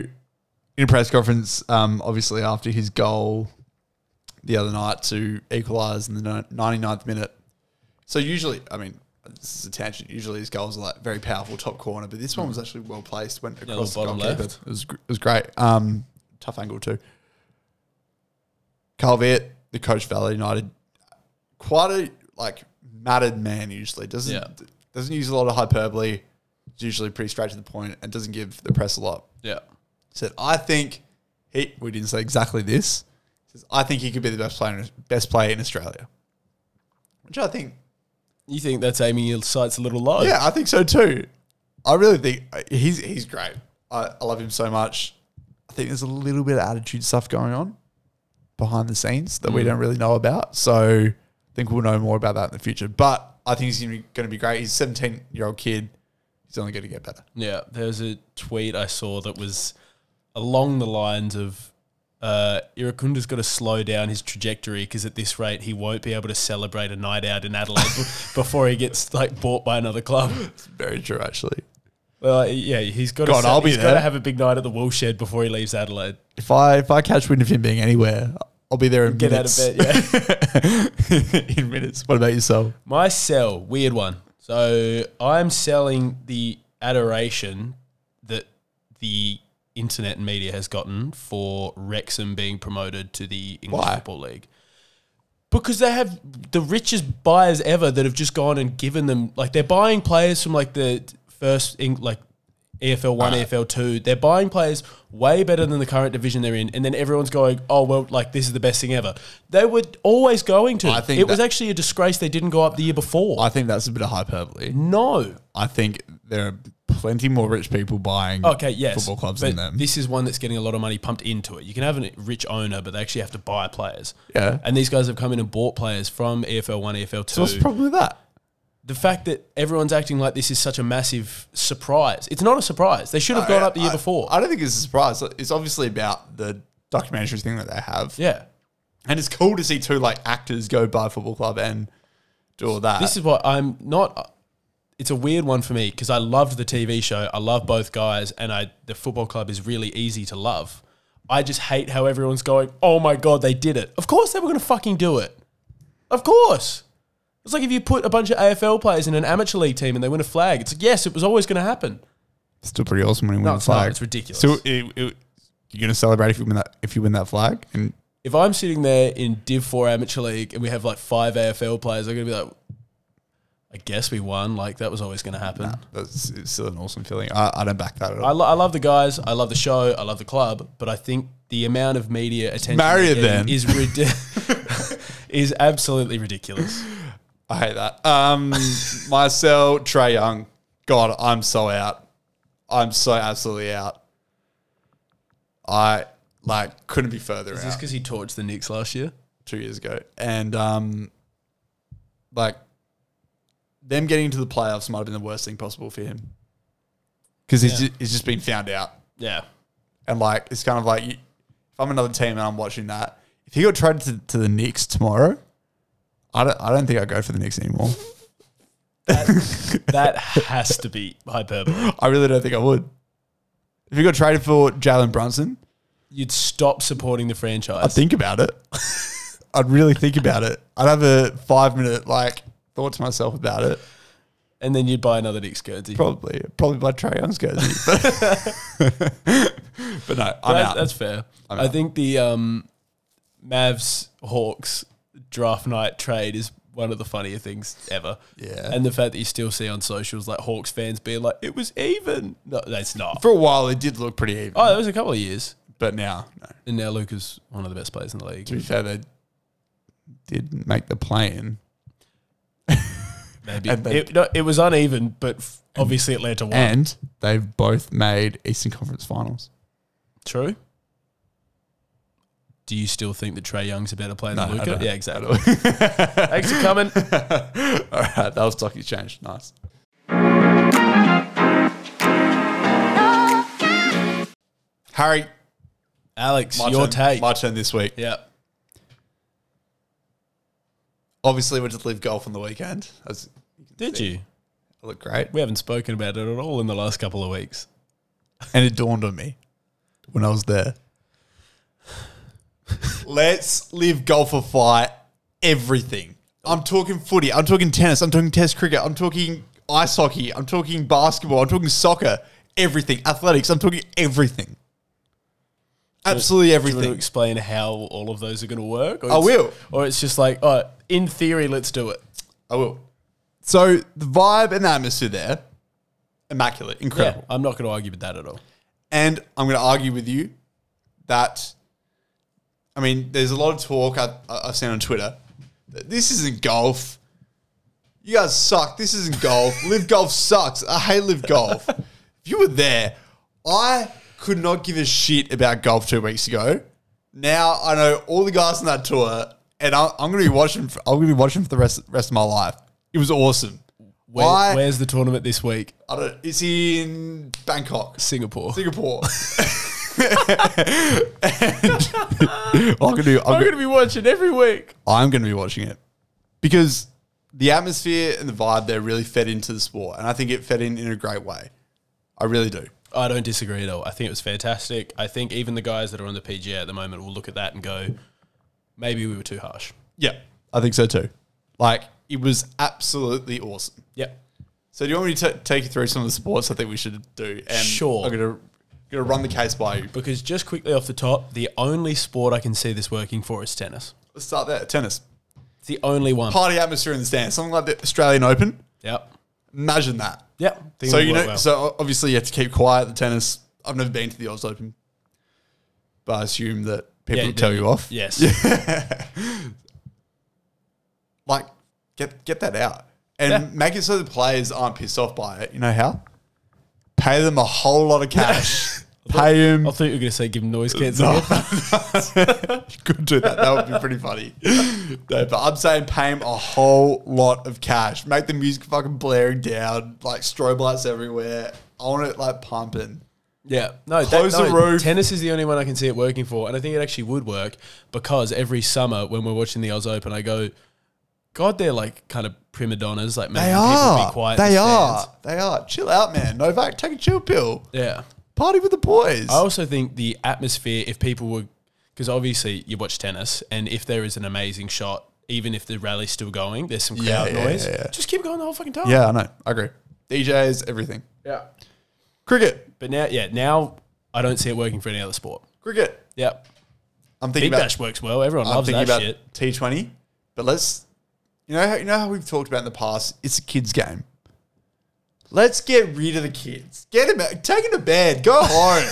in a press conference, um, obviously after his goal the other night to equalise in the ni- 99th minute. So usually, I mean, this is a tangent. Usually his goals are like very powerful top corner, but this one was actually well placed. Went across the
bottom
goalkeeper.
left.
It was gr- it was great. Um, tough angle too. Carl Viet, the coach of Valley United, quite a like mattered man usually. Doesn't
Yeah.
doesn't use a lot of hyperbole. It's usually pretty straight to the point and doesn't give the press a lot.
Yeah.
Said I think he we didn't say exactly this. Says I think he could be the best player in, best player in Australia. Which I think
You think that's aiming your sights a little low?
yeah, I think so too. I really think uh, he's he's great. I, I love him so much. I think there's a little bit of attitude stuff going on Mm. behind the scenes that we don't really know about. So I think we'll know more about that in the future. But I think he's going to be great. He's a 17 year old kid. He's only going to get better.
Yeah, there was a tweet I saw that was along the lines of uh, Iracunda's got to slow down his trajectory because at this rate he won't be able to celebrate a night out in Adelaide (laughs) b- before he gets like bought by another club.
It's very true, actually.
Well, yeah, he's got
God,
to.
I'll be
he's got to
there.
have a big night at the wool shed before he leaves Adelaide.
If I if I catch wind of him being anywhere, I'll be there in
Get
minutes.
out of bed. Yeah.
bed. (laughs) in minutes. What about yourself?
My sell, weird one. So I'm selling the adoration that the internet and media has gotten for Wrexham being promoted to the English
Why?
Football League. Because they have the richest buyers ever that have just gone and given them like they're buying players from like the first Eng- like EFL one, EFL two. They're buying players way better than the current division they're in, and then everyone's going, "Oh well, like this is the best thing ever." They were always going to.
I think
it was
that-
actually a disgrace they didn't go up the year before.
I think that's a bit of hyperbole.
no.
I think there are plenty more rich people buying
Okay, yes.
football clubs
but
than them.
This is one that's getting a lot of money pumped into it. You can have a rich owner, but they actually have to buy players.
Yeah.
And these guys have come in and bought players from E EFL 1, EFL 2.
What's the problem with that?
the fact that everyone's acting like this is such a massive surprise. It's not a surprise. They should have gone up the year
I-
before.
I don't think it's a surprise. It's obviously about the documentary thing that they have.
yeah.
And it's cool to see two like actors go buy a football club and do all that.
This is what I'm not. It's a weird one for me because I loved the TV show. I love both guys, and I the football club is really easy to love. I just hate how everyone's going. Oh my god, they did it! Of course they were going to fucking do it. Of course. It's like if you put a bunch of AFL players in an amateur league team and they win a flag. It's like yes, it was always going to happen.
still pretty awesome when you win
No,
the
it's not.
flag.
It's ridiculous.
So it, it- you're gonna celebrate if you win that if you win that flag, and
if I'm sitting there in Div 4 Amateur League and we have like five AFL players, I'm going to be like, I guess we won. Like, that was always going to happen.
that's it's still an awesome feeling. I, I don't back that at all.
I, lo- I love the guys. I love the show. I love the club. But I think the amount of media attention
Marry
they're
them.
getting
(laughs)
is, rid- (laughs) is absolutely ridiculous.
I hate that. Um, (laughs) Marcel Trey Young, God, I'm so out. I'm so absolutely out. I like couldn't be further
Is this
out
because he torched the Knicks last year?
two years ago, and um, like them getting into the playoffs might have been the worst thing possible for him because he's
Yeah.
ju- he's just been found out.
Yeah.
And like, it's kind of like, you, if I'm another team and I'm watching that, if he got traded to, to the Knicks tomorrow, I don't, I don't think I go for the Knicks anymore.
That has to be hyperbole.
I really don't think I would. If he got traded for Jalen Brunson,
You'd stop supporting the
I'd
franchise.
think about it. (laughs) I'd really think about it. I'd have a five minute like thought to myself about it.
and then you'd buy another Knicks jersey.
Probably, probably by Trey Young's jersey. (laughs) But, but no, I'm
That's-
out.
That's fair.
I'm
I
out.
think the um, Mavs Hawks draft night trade is one of the funnier things ever.
Yeah.
And the fact that you still see on socials like Hawks fans being like, it was even. No, that's not.
for a while, it did look pretty even,
oh, that was a couple of years.
but now, no.
And now Luca's one of the best players in the
To
league.
be fair, they did make the play-in.
Maybe.
And they-
It, no, it was uneven, but f- obviously Atlanta won.
and they've both made Eastern Conference Finals. (laughs)
True. Do you still think that Trey Young's a better player
No,
than
I
Luca?
don't. (laughs)
Yeah, exactly. Thanks for coming.
All right, that was stock exchange. Nice. Harry,
Alex,
my
your
turn,
take.
My turn this week.
yeah.
Obviously, we just live golf on the weekend. That was-
Did you?
It looked great,
We haven't spoken about it at all in the last couple of weeks.
and it dawned on me when I was there. (sighs) Let's live golfify everything. I'm talking footy. I'm talking tennis. I'm talking test cricket. I'm talking ice hockey. I'm talking basketball. I'm talking soccer. Everything. Athletics. I'm talking everything. Absolutely
Do you want to
everything.
explain how all of those are going to work? Or
I
it's-
will.
Or it's just like, oh, in theory, let's do it.
I will. So the vibe and the atmosphere there, immaculate,
Yeah,
incredible.
I'm not going to argue with that at all.
And I'm going to argue with you that, I mean, there's a lot of talk I, I- I've seen on Twitter. that This isn't golf. You guys suck. This isn't golf.
(laughs)
live golf sucks. I hate live golf. if you were there, I could not give a shit about golf two weeks ago. Now I know all the guys on that tour, and I'm, I'm going to be watching. For, I'm going to be watching for the rest rest of my life. It was awesome.
Where-
Why-
Where's the tournament this week?
I don't. It's in Bangkok,
Singapore.
Singapore. (laughs) And- I'm gonna. I'm
I'm
gonna,
going to be watching every week.
I'm going to be watching it because the atmosphere and the vibe there really fed into the sport, and I think it fed in in a great way. I really do.
I don't disagree at all. I think it was fantastic. I think even the guys that are on the PGA at the moment will look at that and go, maybe we were too harsh.
Yeah, I think so too. Like it was absolutely awesome.
Yep.
So do you want me to ta- take you through some of the sports I think we should do? And
Sure.
I'm gonna gonna run the case by you.
Because just quickly off the top, the only sport I can see this working for is tennis.
Let's start there. Tennis
It's the only one.
party atmosphere in the stands, something like the Australian Open.
Yep.
Imagine that.
Yep. Think
So
it'll
you
work
know,
well.
so obviously you have to keep quiet. The tennis. I've never been to the Oz Open, but I assume that people
Yeah,
would tell
yeah.
you off.
Yes. (laughs)
Like, get get that out and make it so the players aren't pissed off by it. You know how? Pay them a whole lot of
(laughs)
cash. (laughs) Pay them.
I thought you were going to say give them noise
(laughs)
cancelling.
No. Could do that. That would be pretty
(laughs)
funny. No, but I'm saying pay him a whole lot of cash. Make the music fucking blaring down, like strobe lights everywhere. I want it like pumping.
Yeah, no,
Close
that,
the
no,
roof.
Tennis is the only one I can see it working for, and I think it actually would work because every summer when we're watching the Oz Open, I go, God, they're like kind of prima donnas, like making
They
people
are.
be quiet. in
they
the
are.
stands.
They are. Chill out, man. Novak, take a chill pill.
Yeah,
Party with the boys.
I also think the atmosphere, if people were, because obviously you watch tennis, and if there is an amazing shot, even if the rally's still going, there's some
Yeah,
crowd
yeah,
noise.
yeah, yeah.
Just keep going the whole fucking time.
Yeah, I know. I agree. DJs, everything.
yeah.
Cricket.
But now, yeah, now I don't see it working for any other sport.
Cricket.
Yeah,
I'm thinking
Big
about
Bash works well. Everyone
I'm
loves
thinking
that
about
shit.
T20. But let's you know how you know how we've talked about in the past, it's a kids game. Let's get rid of the kids. Get them out. Take them to bed.
(laughs)
Go home.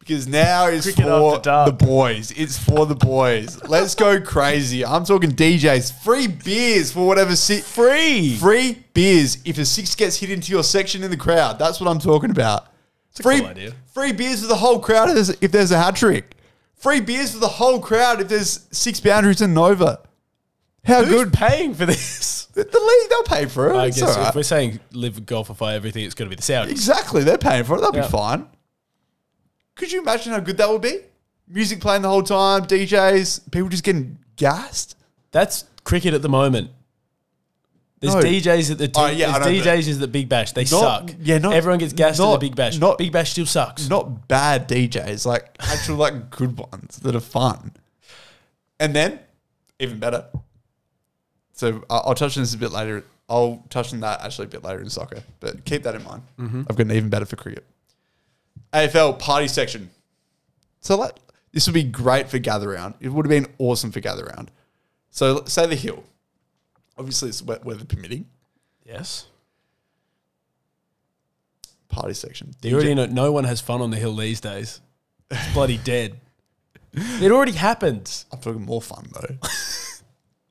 because now it's
Cricket
for
after dark.
the boys. It's for the boys. Let's go crazy. I'm talking DJs. Free beers for whatever sit
Free.
Free beers if a six gets hit into your section in the crowd. That's what I'm talking about. free,
cool idea.
free beers for the whole crowd if there's, if there's a hat trick. Free beers for the whole crowd if there's six boundaries and over. How
Who's
good?
paying for this?
The league, they'll pay for it.
I
It's
guess
all right.
if we're saying live, golfify everything, it's going to be the Saudis.
Exactly. They're paying for it. They'll
Yeah.
be fine. Could you imagine how good that would be? Music playing the whole time, DJs, people just getting gassed.
That's cricket at the moment. There's
No.
DJs at the
Oh, yeah, I know,
there's DJs at the Big Bash. They suck.
yeah, not-
everyone gets gassed at
not-
the Big Bash.
not-
Big Bash still sucks.
not bad DJs, like actual like good ones that are fun. And then, even better. So I- I'll touch on this a bit later. I'll touch on that actually a bit later in soccer, but keep that in mind. I've got an even better for cricket. AFL party section. So like, this would be great for gather round. It would have been awesome for gather round. So say the hill. Obviously, it's wet weather permitting.
yes,
Party section.
you already know. No one has fun on the hill these days. It's bloody
(laughs)
dead. It already happened.
I'm talking more fun though.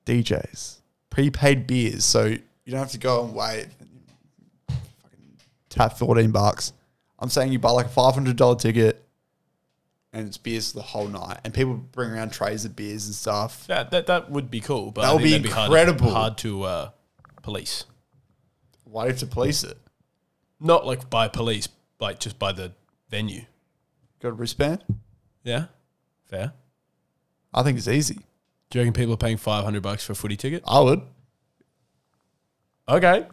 DJs, prepaid beers, so you don't have to go and wait. Fucking tap fourteen bucks. I'm saying you buy like a five hundred dollar ticket, and it's beers for the whole night, and people bring around trays of beers and stuff.
That that, that would be cool, but I
That would
think
be
that'd hard-
incredible.
Hard, to uh, police,
Why do you have to police it?
not like by police, like just by the venue.
Got a wristband?
Yeah, fair.
I think it's easy.
Do you reckon people are paying five hundred bucks for a footy ticket?
I would. (laughs)
Okay.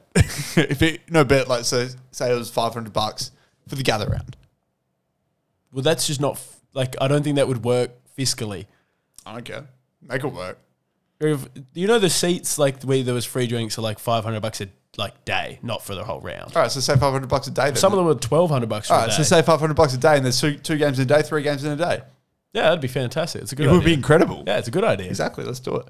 if it no, but like so, say it was five hundred bucks for the gather round.
Well, that's just not f- like I don't think that would work fiscally.
I don't care. Make it work.
If- you know the seats like where there was free drinks are like five hundred bucks a like day, not for the whole round.
All right, so say five hundred bucks a day. Then.
Some of them were twelve hundred bucks for
All
a
right,
day.
Ah, so say five hundred bucks a day, and there's two two games in a day, three games in a day.
yeah, that'd be fantastic. It's a good.
It
idea.
would be incredible.
yeah, it's a good idea.
Exactly. Let's do it.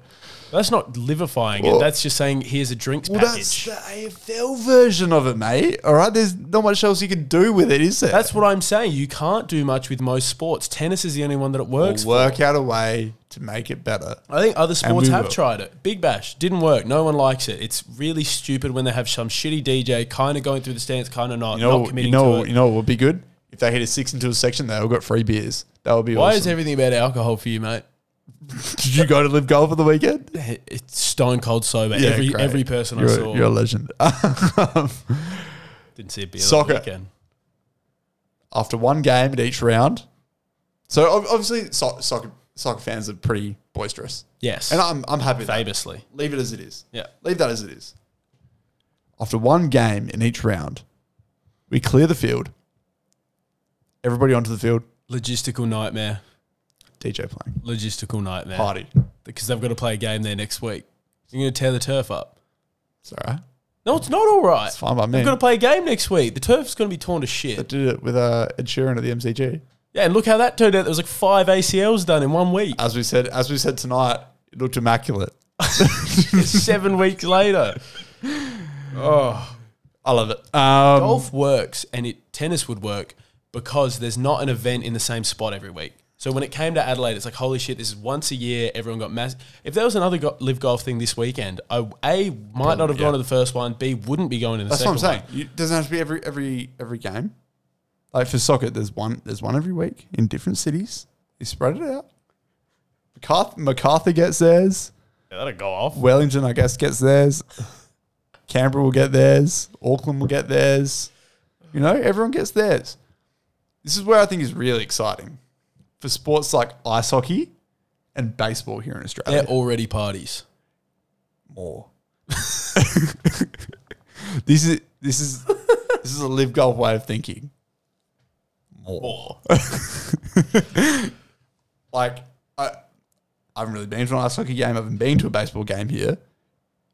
That's not livifying
Well-
it. That's just saying here's a drinks
Well, that's
package.
the
That's,
AFL version of it, mate. All right. There's not much else you can do with it, is there?
what I'm saying. You can't do much with most sports. Tennis is the only one that it works.
we'll work out a way to make it better.
I think other sports
we
have
will.
tried it. Big Bash didn't work. No one likes it. It's really stupid when they have some shitty DJ kind of going through the stands, kind of not,
You know,
not
you
committing to
know,
it.
you know, what would be good if they hit a six into a section. They all got free beers. That would be
Why is
awesome.
everything about alcohol for you, mate?
Did you go to live golf for the weekend?
It's stone cold sober.
Yeah,
every
great.
every person
You're,
I
a-
saw
you're a legend. (laughs)
didn't see a beer.
Soccer.
Soccer. Weekend.
After one game at each round. So ob- obviously, so- soccer soccer fans are pretty boisterous,
Yes.
and I'm I'm happy. with that.
famously.
Leave it as it is.
Yeah.
Leave that as it is. After one game in each round, we clear the field. Everybody onto the field.
Logistical nightmare.
DJ playing.
Logistical nightmare.
Party.
Because they've got to play a game there next week. You're going to tear the turf up.
It's all right.
No, it's not all right.
It's fine by me.
They've got to play a game next week. The turf's going to be torn to
I
shit.
did it with uh, Ed Sheeran at the MCG.
Yeah, and look how that turned out. There was like five ACLs done in
(laughs)
one week.
As we said, as we said tonight, it looked immaculate.
Seven weeks later.
I love it. Um,
golf works and it tennis would work because there's not an event in the same spot every week. So when it came to Adelaide, it's like holy shit, this is once a year. Everyone got mass. If there was another go- live golf thing this weekend, I a might not have
yeah.
gone to the first one. B wouldn't be going to the
That's what
second
I'm saying. You, doesn't have to be every every every game. Like for soccer, there's one there's one every week in different cities. You spread it out. MacArthur, MacArthur gets theirs.
one. That'll go off.
Wellington, I guess, gets theirs. Canberra will get theirs. Auckland will get theirs. You know, everyone gets theirs. This is where I think is really exciting for sports like ice hockey and baseball here in Australia.
They're already parties.
more. (laughs) this is this is this is a live golf way of thinking. More. (laughs) like I I haven't really been to an ice hockey game. I haven't been to a baseball game here,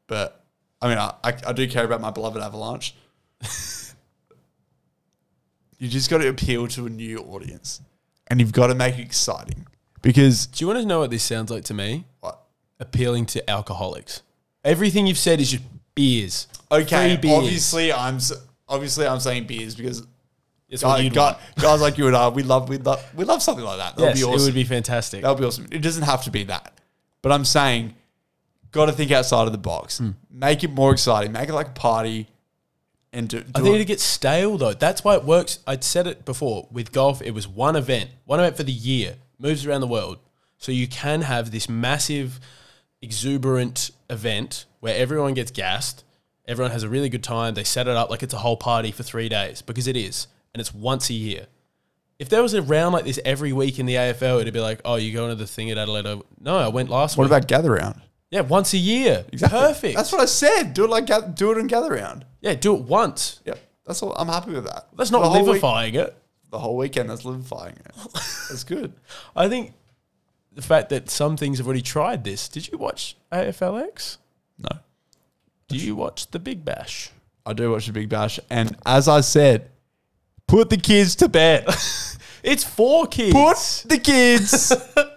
but I mean I I, I do care about my beloved Avalanche. (laughs) you just got to appeal to a new audience, and you've got to make it exciting because
Do you want to know what this sounds like to me?
what.
Appealing to alcoholics. Everything you've said is just beers.
Okay,
Free beers.
obviously I'm s- obviously I'm saying beers because
It's what
guys,
you'd
guys,
want.
(laughs) guys like you and I, we love we love we love something like that. That
Yes,
would be awesome.
it would be fantastic.
that would be awesome. It doesn't have to be that, but I'm saying, got to think outside of the box.
Hmm.
Make it more exciting. Make it like a party, and do, do
I think
it-
it gets stale though. That's why it works. I'd said it before with golf. It was one event, one event for the year, moves around the world. So you can have this massive, exuberant event where everyone gets gassed. Everyone has a really good time. They set it up like it's a whole party for three days because it is, and it's once a year. If there was a round like this every week in the AFL, it'd be like, oh, you going to the thing at Adelaide? Oval?" No, I went last
what
week.
about gather round?
yeah, once a year. Perfect.
That's what I said. Do it like gath- do it in gather round.
yeah, do it once.
Yep. That's all. I'm happy with that.
That's not
the whole week-
livifying it.
the whole weekend. That's livifying
(laughs)
it. That's good.
I think the fact that some things have already tried this. Did you watch AFLX?
No.
Did you watch The Big Bash?
I do watch the Big Bash, and as I said, put the kids to
(laughs)
bed.
It's for kids.
Put the (laughs) kids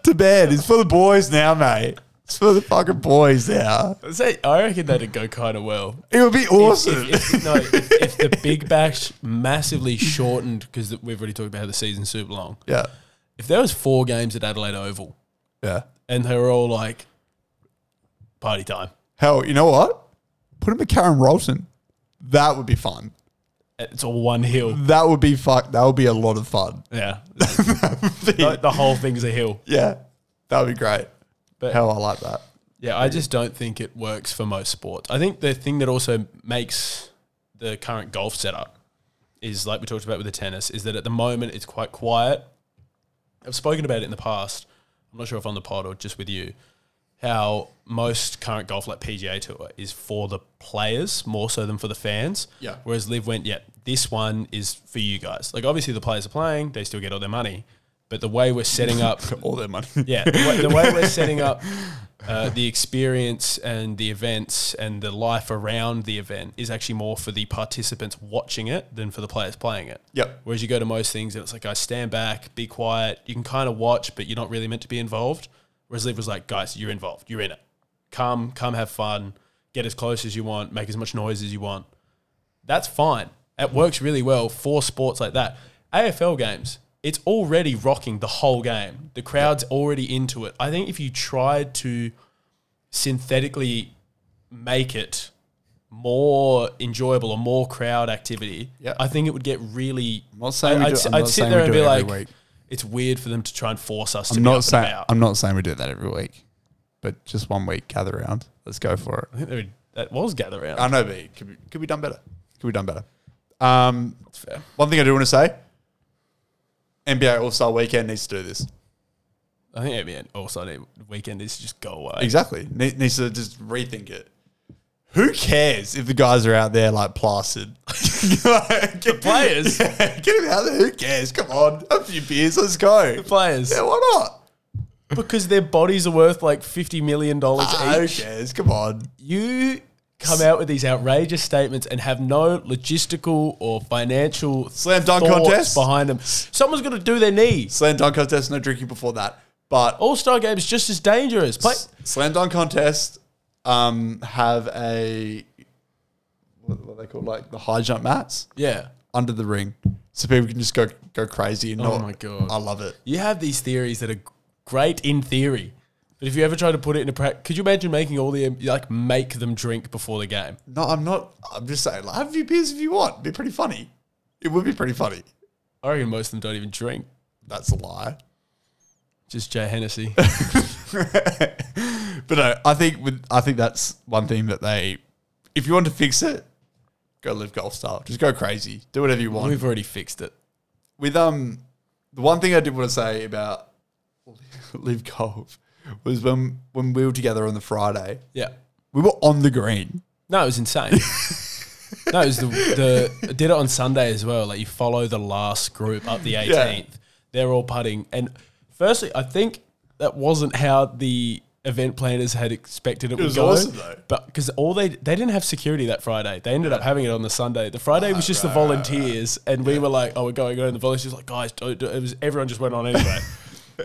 to bed. It's for the boys now, mate. It's for the fucking boys now.
I say- I reckon that'd go kind of well.
It would be (laughs) awesome.
If, if- no, if, if the Big Bash massively shortened, because we've already talked about how the season's super long.
yeah.
If there was four games at Adelaide Oval
Yeah.
and they were all like party time,
Hell, you know what? Put him with Karen Rolton. That would be fun.
it's all one hill.
That would be fuck. That would be a lot of fun. (laughs)
Yeah, the, the whole thing's a hill.
Yeah. That would be great.
But-
Hell, I like that.
Yeah, I just don't think it works for most sports. I think the thing that also makes the current golf setup is like we talked about with the tennis, is that at the moment it's quite quiet. I've spoken about it in the past. I'm not sure if on the pod or just with you, how most current golf like PGA tour is for the players more so than for the fans.
Yeah.
Whereas Live went, yeah, this one is for you guys. Like obviously the players are playing, they still get all their money. But the way we're setting up
All their money.
(laughs) yeah, the way, the way we're setting up uh, the experience and the events and the life around the event is actually more for the participants watching it than for the players playing it.
(laughs) Yep.
Whereas you go to most things and it's like, guys, stand back, be quiet. You can kind of watch, but you're not really meant to be involved. Whereas Liv was like, guys, you're involved. You're in it. Come, come have fun. Get as close as you want. Make as much noise as you want. That's fine. It works really well for sports like that. AFL games, it's already rocking the whole game. The crowd's already into it. I think if you tried to synthetically make it more enjoyable or more crowd activity,
Yeah.
I think it would get really.
not saying we do- I'm not saying we do it every week.
it's weird for them to try and force us to
I'm
be up
not
and
saying
about.
I'm not saying we do that every week, but just one week, gather around. Let's go for
I
it.
think they would, that was gather round.
I know, but it could be, could be done better. Could be done better. Um,
That's fair.
one thing I do want to say: NBA All Star Weekend needs to do this.
I think it'd be an all Sunday weekend is just go away.
Exactly. Ne- needs to just rethink it. Who cares if the guys are out there like plastered? (laughs) Like, get, (laughs)
players?
Yeah, get them out there. Who cares? Come on, a few beers. Let's go.
Players,
Yeah, (laughs) why not?
because their bodies are worth like fifty million dollars
Ah, who
each.
cares? Come on.
You come out with these outrageous statements and have no logistical or financial
Slam dunk
thoughts
contest?
behind them. Someone's got to do their knee.
Slam dunk contest. No drinking before that. But
All Star Game is just as dangerous. Play,
slam dunk contest. Um, have a what, what are they call like the high jump mats
yeah.
under the ring, so people can just go go crazy. And
Oh
not-
my God.
I love it.
You have these theories that are great in theory, but if you ever try to put it into practice, could you imagine making all the like make them drink before the game?
No, I'm not. I'm just saying, like, have a few beers if you want. It'd be pretty funny. It would be pretty funny.
I reckon most of them don't even drink.
That's a lie. (laughs)
Just Jay Hennessy.
But no, I think with I think that's one thing that they, if you want to fix it, go live golf style. Just go crazy. Do whatever you want.
We've already fixed it.
with um the one thing I did want to say about (laughs) Live Golf was when when we were together on the Friday,
Yeah.
we were on the green. (laughs)
No, it was insane. no, it was the, the I did it on Sunday as well. Like you follow the last group up the 18th. They're all putting. And firstly, I think that wasn't how the event planners had expected it, would
was
go.
awesome, though.
But because all they they didn't have security that Friday. They ended up having it on the Sunday. The Friday was just the volunteers and we were like, oh, we're going on. And the volunteers were like, guys, don't do it. it was everyone just went
(laughs)
on anyway.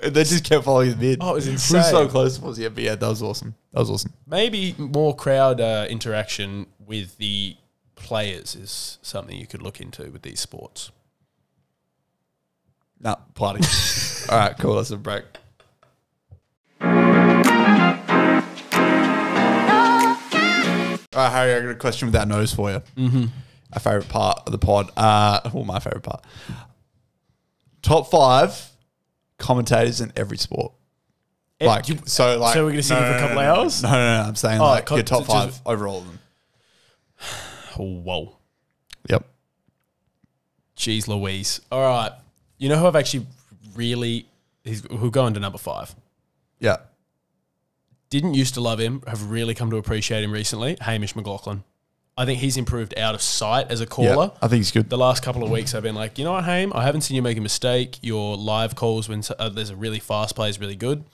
And they just kept following the mid.
Oh, it was
We
insane.
were so close was yeah, but yeah, that was awesome. That was awesome.
Maybe more crowd uh, interaction with the players is something you could look into with these sports.
Nah, party. (laughs) All right, cool. That's a break. All right, Harry, I got a question without nose for you. Mm-hmm. Our favorite part of the pod. Uh, well, my favorite part. Top five commentators in every sport. Like
Eh, you-
so, like
so we're gonna sit here for a couple
no, no,
hours?
No, no, no. I'm saying like
co-
your top
so
five
just-
overall of them.
oh, Whoa.
Yep.
Jeez Louise. All right. You know who I've actually really, he's, who'll go into number five.
Yeah.
Didn't used to love him, have really come to appreciate him recently. Hamish McLaughlin. I think he's improved out of sight as a
Yeah.
caller.
I think he's good.
the last couple of weeks, I've been like, you know what, Haim, I haven't seen you make a mistake. Your live calls when so- uh, there's a really fast play is really good,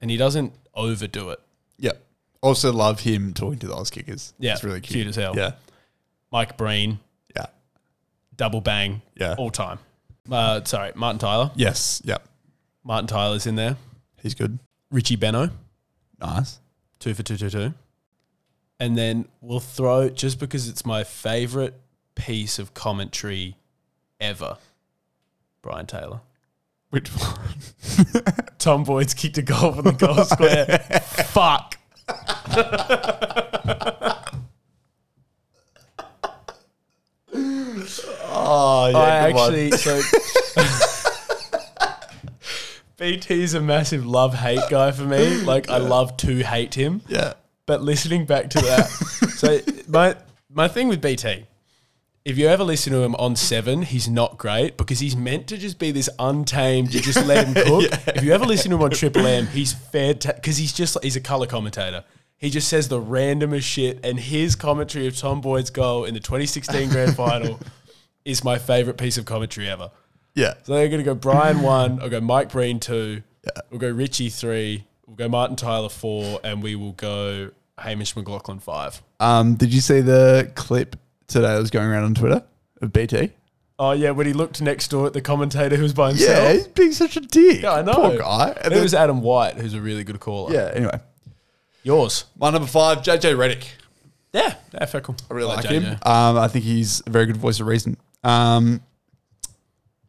and he doesn't overdo it.
Yep. Also love him talking to the Oz kickers.
Yeah,
It's really cute.
cute as hell.
Yeah.
Mike Breen,
Yeah.
double bang,
Yeah.
all time. Uh, sorry, Martin Tyler.
Yes. Yep.
Martin Tyler's in there.
He's good.
Richie Benno,
Nice.
two for two, two, two. And then we'll throw just because it's my favorite piece of commentary ever. Brian Taylor.
Which one?
Tom Boyd's kicked a goal from
(laughs)
the goal square. Fuck.
Oh, yeah.
I
good one.
actually
(laughs)
so BT's a massive love hate guy for me. Like I love to hate him.
(laughs) Yeah.
But listening back to that, so my my thing with BT, if you ever listen to him on Seven, he's not great because he's meant to just be this untamed. You just let him cook. If you ever listen to him on Triple M, he's fed because he's just he's a color commentator. He just says the randomest shit, and his commentary of Tom Boyd's goal in the 2016 Grand Final is my favorite piece of commentary ever.
Yeah.
So they're going to go (laughs) Brian one. I'll go Mike Breen two. We'll go Richie three. We'll go Martin Tyler four, and we will go Hamish McLaughlin five.
Um, did you see the clip today that was going around on Twitter of BT?
Oh yeah, when he looked next door at the commentator who was by himself.
Yeah, he's being such a dick.
Yeah, I know.
Poor guy.
it
And then,
was Adam White, who's a really good caller.
yeah, anyway.
yours.
My number five, JJ Reddick.
Yeah, yeah, fair call.
I really like,
JJ.
him. Um, I think he's a very good voice of reason. Um,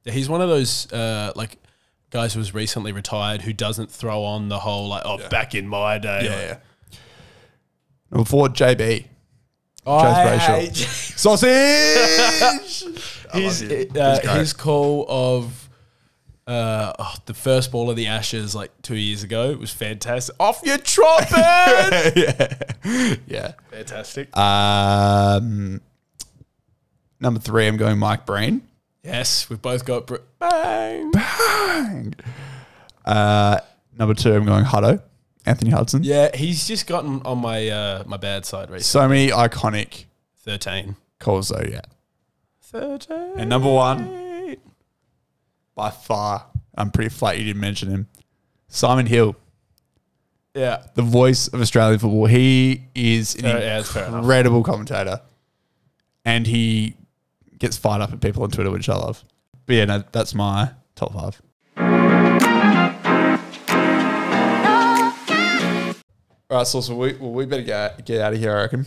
Yeah, He's one of those uh, like guys who was recently retired who doesn't throw on the whole like oh back in my day. like,
Number four, JB.
I
Transracial.
(laughs) hate
Sausage!
his
you.
uh,
He's great.
his call of uh, Uh, oh, the first ball of the Ashes like two years ago it was fantastic. Off your
(laughs)
trot, man!
(laughs) yeah. Yeah.
fantastic.
Um, number three, I'm going Mike Breen.
yes, we've both got br- bang.
Uh, number two, I'm going Hutto, Anthony Hudson.
Yeah, he's just gotten on my uh, my bad side race.
So many iconic
Thirteen.
calls, though, yeah.
Thirteen.
And number one, by far, I'm pretty flat you didn't mention him. Simon Hill,
yeah.
the voice of Australian football. He is an
Uh, yeah, that's fair enough.
incredible commentator. And he gets fired up at people on Twitter, which I love. But yeah, no, that's my top five. All right, Sauce, well, we, well, we better get, get out of here, I reckon.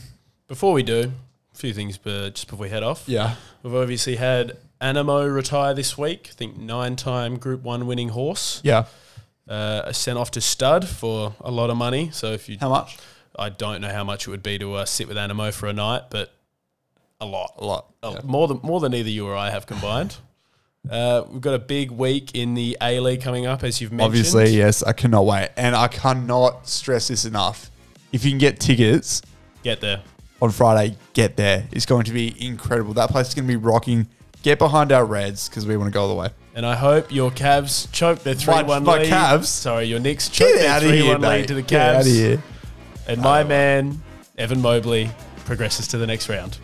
Before we do, a few things, but just before we head off,
Yeah.
we've obviously had Animo retire this week. I think nine-time Group One winning horse.
Yeah.
uh, sent off to stud for a lot of money. So if you,
How much?
I don't know how much it would be to uh, sit with Animo for a night, but a lot,
A lot.
A- more than more than either you or I
(laughs)
have combined. Uh, we've got a big week in the A League coming up, as you've mentioned.
Obviously, yes, I cannot wait. And I cannot stress this enough. If you can get tickets
get there.
on Friday, get there. It's going to be incredible. That place is going to be rocking. Get behind our Reds because we want to go all the way.
And I hope your Cavs choke their
My-
three-one
my
lead.
Cavs?
Sorry, your Knicks choke
Get
their
out of here,
three-one
mate.
lead to the
Get out of
Cavs.
here.
And my man Evan Mobley progresses to the next round.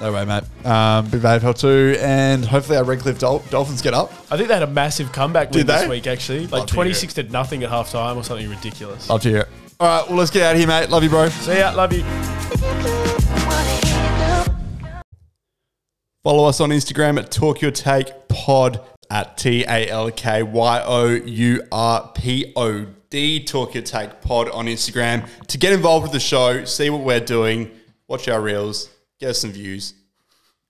No way, mate. Um, big AFL two, and hopefully our Redcliffe Dol- Dolphins get up.
I think they had a massive comeback win
Did
this
they?
week, actually.
Love
Like
to hear
26 to nothing at halftime or something ridiculous.
Love to hear it. All right, well, let's get out of here, mate. Love you, bro.
See ya. Love you.
Follow us on Instagram at Talk Your Take Pod at T A L K Y O U R P O D Talk Your Take Pod on Instagram to get involved with the show, see what we're doing, watch our reels, get us some views,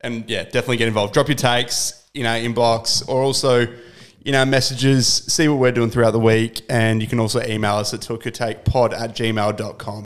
and yeah, definitely get involved. Drop your takes in our inbox or also in our messages, see what we're doing throughout the week, and you can also email us at talkyourtakepod at gmail.com.